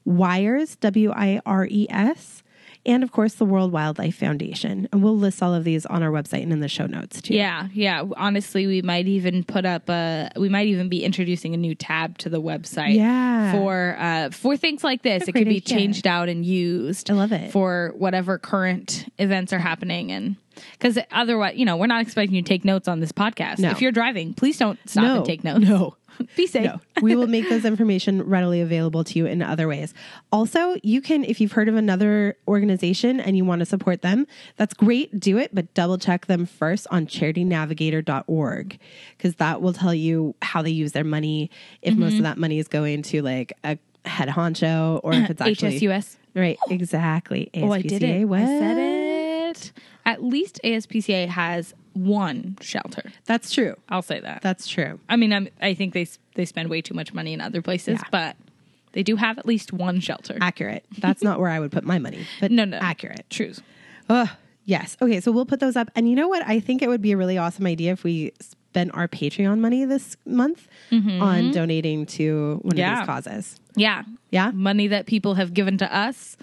Speaker 1: WIRES, W I R E S, and of course the World Wildlife Foundation. And we'll list all of these on our website and in the show notes too.
Speaker 2: yeah yeah honestly we might even put up a we might even be introducing a new tab to the website
Speaker 1: Yeah.
Speaker 2: for uh for things like this it
Speaker 1: great
Speaker 2: could be
Speaker 1: idea.
Speaker 2: changed out and used
Speaker 1: I love it.
Speaker 2: for whatever current events are happening and because otherwise you know we're not expecting you to take notes on this podcast
Speaker 1: No.
Speaker 2: if you're driving please don't stop
Speaker 1: No.
Speaker 2: and take notes no be safe
Speaker 1: No, we will make this information readily available to you in other ways. Also, you can, if you've heard of another organization and you want to support them, that's great, do it, but double check them first on charitynavigator.org because that will tell you how they use their money, if most
Speaker 2: Mm-hmm.
Speaker 1: of that money is going to like a head honcho or if it's actually. Oh,
Speaker 2: hsus
Speaker 1: Right, exactly. ASPCA, What?
Speaker 2: Oh, i said it at least aspca has one shelter
Speaker 1: That's true.
Speaker 2: i'll say that
Speaker 1: That's true.
Speaker 2: i mean I'm, i think they s- they spend way too much money in other places
Speaker 1: Yeah.
Speaker 2: but they do have at least one shelter
Speaker 1: Accurate. That's not where I would put my money, but
Speaker 2: no no
Speaker 1: accurate.
Speaker 2: true
Speaker 1: Ugh, yes. Okay, so we'll put those up. And you know what? I think it would be a really awesome idea if we s- spent our Patreon money this month on donating to one of
Speaker 2: Mm-hmm. Yeah.
Speaker 1: these causes.
Speaker 2: Yeah.
Speaker 1: Yeah.
Speaker 2: Money that people have given to us.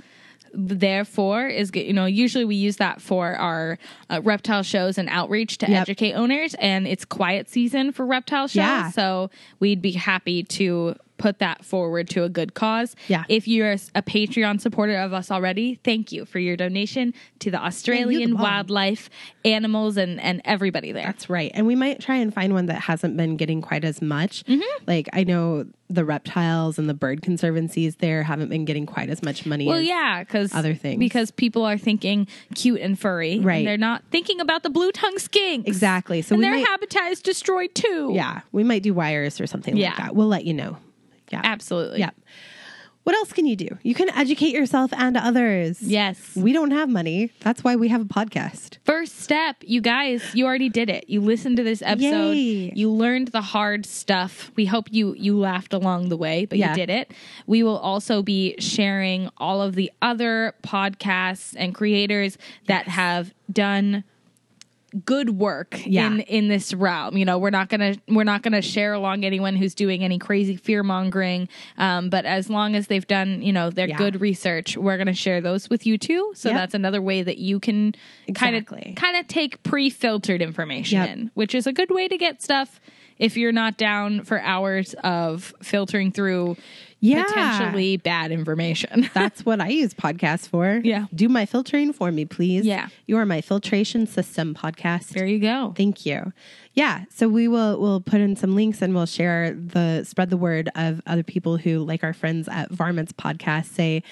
Speaker 2: Therefore, is g- you know usually we use that for our uh, reptile shows and outreach to
Speaker 1: Yep.
Speaker 2: educate owners, and it's quiet season for reptile shows,
Speaker 1: Yeah.
Speaker 2: so we'd be happy to put that forward to a good cause.
Speaker 1: Yeah.
Speaker 2: If you're a s- a Patreon supporter of us already, thank you for your donation to the Australian
Speaker 1: bomb.
Speaker 2: wildlife, animals, and and everybody there.
Speaker 1: That's right. And we might try and find one that hasn't been getting quite as much.
Speaker 2: Mm-hmm.
Speaker 1: Like I know the reptiles and the bird conservancies there haven't been getting quite as much money.
Speaker 2: Well,
Speaker 1: as-
Speaker 2: yeah, because
Speaker 1: other things.
Speaker 2: because people are thinking cute and furry,
Speaker 1: Right.
Speaker 2: And they're not thinking about the blue tongue skinks,
Speaker 1: Exactly. So
Speaker 2: and
Speaker 1: we
Speaker 2: their
Speaker 1: might-
Speaker 2: habitat is destroyed too.
Speaker 1: Yeah. We might do wires or something
Speaker 2: Yeah.
Speaker 1: like that. We'll let you know. Yeah.
Speaker 2: absolutely.
Speaker 1: Yeah. What else can you do? You can educate yourself and others.
Speaker 2: Yes.
Speaker 1: We don't have money. That's why we have a podcast.
Speaker 2: First step, you guys, you already did it. You listened to this episode.
Speaker 1: Yay.
Speaker 2: You learned the hard stuff. We hope you you laughed along the way, but
Speaker 1: Yeah.
Speaker 2: you did it. We will also be sharing all of the other podcasts and creators that have done good work
Speaker 1: Yeah.
Speaker 2: in in this realm. You know, we're not gonna we're not gonna share along anyone who's doing any crazy fear mongering. Um, but as long as they've done, you know, their
Speaker 1: Yeah.
Speaker 2: good research, we're gonna share those with you too. So
Speaker 1: Yep.
Speaker 2: that's another way that you can kind of
Speaker 1: Exactly.
Speaker 2: kind of take pre-filtered information
Speaker 1: Yep.
Speaker 2: in, which is a good way to get stuff if you're not down for hours of filtering through
Speaker 1: Yeah.
Speaker 2: potentially bad information.
Speaker 1: That's what I use podcasts for.
Speaker 2: Yeah.
Speaker 1: Do my filtering for me, please.
Speaker 2: Yeah.
Speaker 1: You are my filtration system podcast.
Speaker 2: there you go.
Speaker 1: Thank you. Yeah, so we will we'll put in some links and we'll share the spread the word of other people who like our friends at Varmints podcast say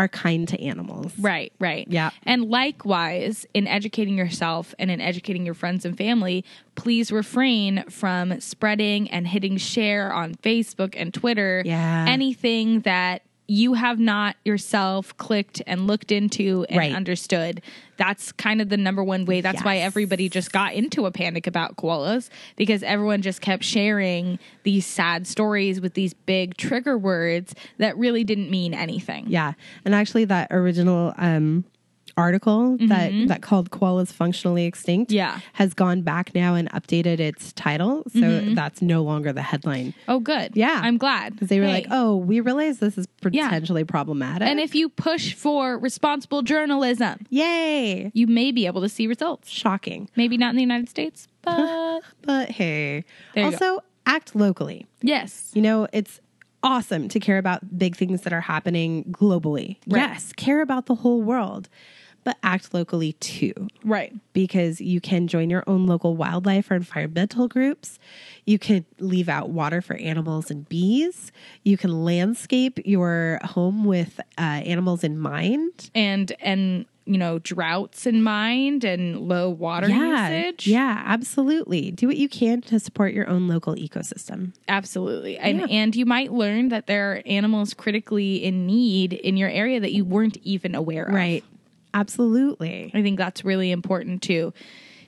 Speaker 1: are kind to animals.
Speaker 2: Right, right.
Speaker 1: Yeah.
Speaker 2: And likewise, in educating yourself and in educating your friends and family, please refrain from spreading and hitting share on Facebook and Twitter.
Speaker 1: Yeah.
Speaker 2: Anything that you have not yourself clicked and looked into and
Speaker 1: Right.
Speaker 2: understood. That's kind of the number one way. That's why
Speaker 1: Yes.
Speaker 2: everybody just got into a panic about koalas because everyone just kept sharing these sad stories with these big trigger words that really didn't mean anything.
Speaker 1: Yeah. And actually that original um article that that called koalas functionally extinct
Speaker 2: Mm-hmm. Yeah.
Speaker 1: has gone back now and updated its title. So
Speaker 2: Mm-hmm.
Speaker 1: that's no longer the headline.
Speaker 2: Oh, good.
Speaker 1: Yeah.
Speaker 2: I'm glad.
Speaker 1: Because they were
Speaker 2: Hey.
Speaker 1: like, Oh, we realize this is potentially problematic.
Speaker 2: And if you push for responsible journalism,
Speaker 1: Yay.
Speaker 2: you may be able to see results.
Speaker 1: Shocking.
Speaker 2: Maybe not in the United States, but
Speaker 1: But hey.
Speaker 2: There you go.
Speaker 1: also act locally.
Speaker 2: yes.
Speaker 1: You know, it's awesome to care about big things that are happening globally.
Speaker 2: Right.
Speaker 1: Yes, care about the whole world, but act locally too.
Speaker 2: Right.
Speaker 1: Because you can join your own local wildlife or environmental groups. You could leave out water for animals and bees. You can landscape your home with uh, animals in mind.
Speaker 2: And and you know, droughts in mind and low water usage.
Speaker 1: yeah, absolutely. Do what you can to support your own local ecosystem.
Speaker 2: Absolutely. And
Speaker 1: Yeah.
Speaker 2: and you might learn that there are animals critically in need in your area that you weren't even aware of.
Speaker 1: Absolutely.
Speaker 2: I think that's really important to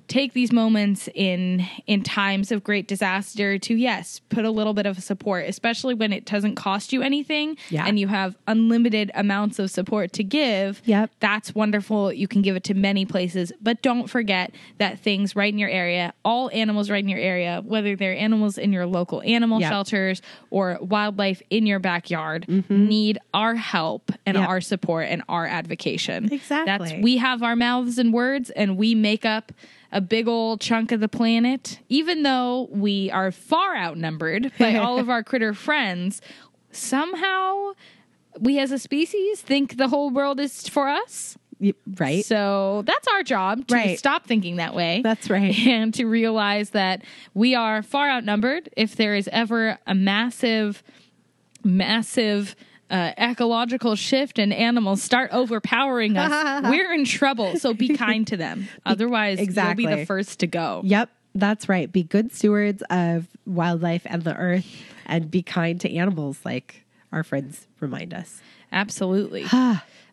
Speaker 2: take these moments in in times of great disaster to yes put a little bit of support especially when it doesn't cost you anything
Speaker 1: Yeah.
Speaker 2: and you have unlimited amounts of support to give
Speaker 1: Yep.
Speaker 2: that's wonderful you can give it to many places but don't forget that things right in your area all animals right in your area whether they're animals in your local animal
Speaker 1: Yep.
Speaker 2: shelters or wildlife in your backyard need our help and
Speaker 1: Mm-hmm. Yep.
Speaker 2: our support and our advocation that's
Speaker 1: Exactly.
Speaker 2: we have our mouths and words and we make up a big old chunk of the planet even though we are far outnumbered by all of our critter friends somehow we as a species think the whole world is for us
Speaker 1: Y- Right.
Speaker 2: so that's our job to
Speaker 1: Right.
Speaker 2: stop thinking that way
Speaker 1: That's right.
Speaker 2: and to realize that we are far outnumbered if there is ever a massive massive uh, ecological shift and animals start overpowering us, we're in trouble. So be kind to them. Otherwise, you'll be
Speaker 1: exactly.
Speaker 2: the first to go.
Speaker 1: Yep, that's right. Be good stewards of wildlife and the earth and be kind to animals, like our friends remind us.
Speaker 2: Absolutely.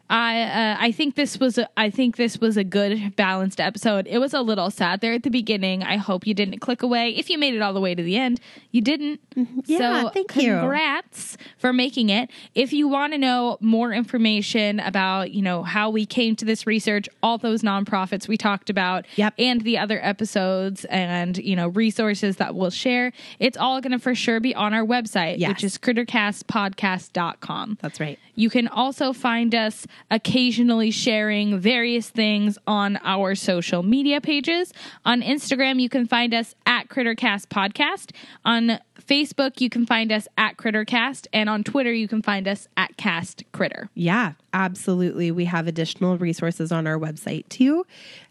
Speaker 2: I uh, I think this was a, I think this was a good balanced episode. It was a little sad there at the beginning. I hope you didn't click away. If you made it all the way to the end, you didn't.
Speaker 1: Mm-hmm. Yeah,
Speaker 2: so
Speaker 1: thank you.
Speaker 2: congrats for making it. If you want to know more information about you know how we came to this research, all those nonprofits we talked about,
Speaker 1: Yep.
Speaker 2: and the other episodes and you know resources that we'll share, it's all going to for sure be on our website,
Speaker 1: Yes.
Speaker 2: which is crittercastpodcast.com.
Speaker 1: That's right.
Speaker 2: You can also find us occasionally sharing various things on our social media pages. On Instagram, you can find us at Crittercast Podcast. On Facebook, you can find us at Crittercast. And on Twitter, you can find us at Cast Critter.
Speaker 1: Yeah, absolutely. We have additional resources on our website too.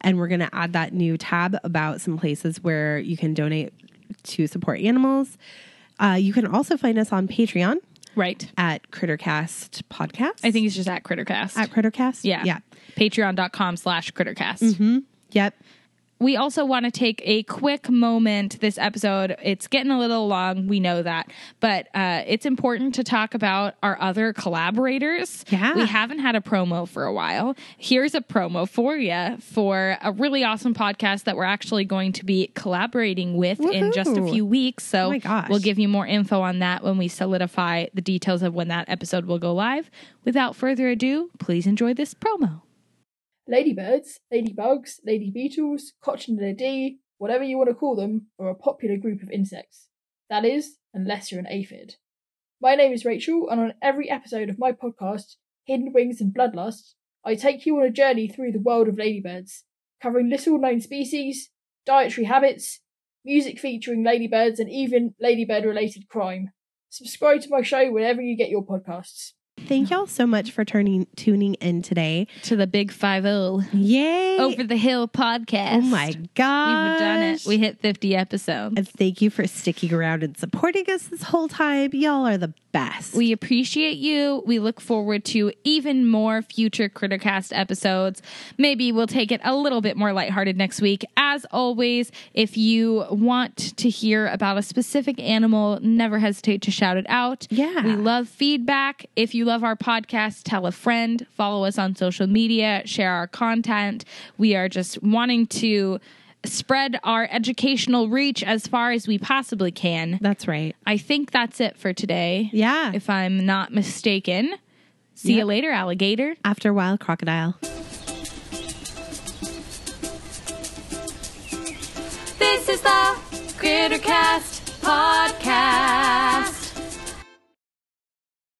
Speaker 1: And we're going to add that new tab about some places where you can donate to support animals. Uh, you can also find us on Patreon
Speaker 2: Right.
Speaker 1: at Crittercast Podcast.
Speaker 2: I think it's just at Crittercast.
Speaker 1: at Crittercast.
Speaker 2: yeah.
Speaker 1: Yeah.
Speaker 2: Patreon.com slash Crittercast.
Speaker 1: Yep.
Speaker 2: we also want to take a quick moment this episode it's getting a little long we know that but uh, it's important to talk about our other collaborators
Speaker 1: Yeah.
Speaker 2: we haven't had a promo for a while here's a promo for you for a really awesome podcast that we're actually going to be collaborating with in just a
Speaker 1: Woohoo.
Speaker 2: few weeks so
Speaker 1: Oh my gosh.
Speaker 2: we'll give you more info on that when we solidify the details of when that episode will go live without further ado please enjoy this promo
Speaker 3: Ladybirds, ladybugs, lady beetles, cochinellidae, whatever you want to call them, are a popular group of insects. That is, unless you're an aphid. My name is Rachel, and on every episode of my podcast, Hidden Wings and Bloodlust, I take you on a journey through the world of ladybirds, covering little known species, dietary habits, music featuring ladybirds, and even ladybird related crime. Subscribe to my show whenever you get your podcasts.
Speaker 1: Thank y'all so much for turning tuning in today.
Speaker 2: to the big 5-0
Speaker 1: Yay.
Speaker 2: Over the Hill podcast.
Speaker 1: oh my gosh.
Speaker 2: Oh, We've done it. We hit 50 episodes.
Speaker 1: and thank you for sticking around and supporting us this whole time. Y'all are the best.
Speaker 2: We appreciate you. We look forward to even more future Crittercast episodes. Maybe we'll take it a little bit more lighthearted next week. As always, if you want to hear about a specific animal, never hesitate to shout it out.
Speaker 1: Yeah.
Speaker 2: We love feedback. If you love our podcast, tell a friend, follow us on social media, share our content. We are just wanting to spread our educational reach as far as we possibly can.
Speaker 1: That's right.
Speaker 2: I think that's it for today.
Speaker 1: Yeah.
Speaker 2: If I'm not mistaken. See you
Speaker 1: Yep.
Speaker 2: later, alligator.
Speaker 1: After a while, crocodile.
Speaker 4: This is the Crittercast Podcast.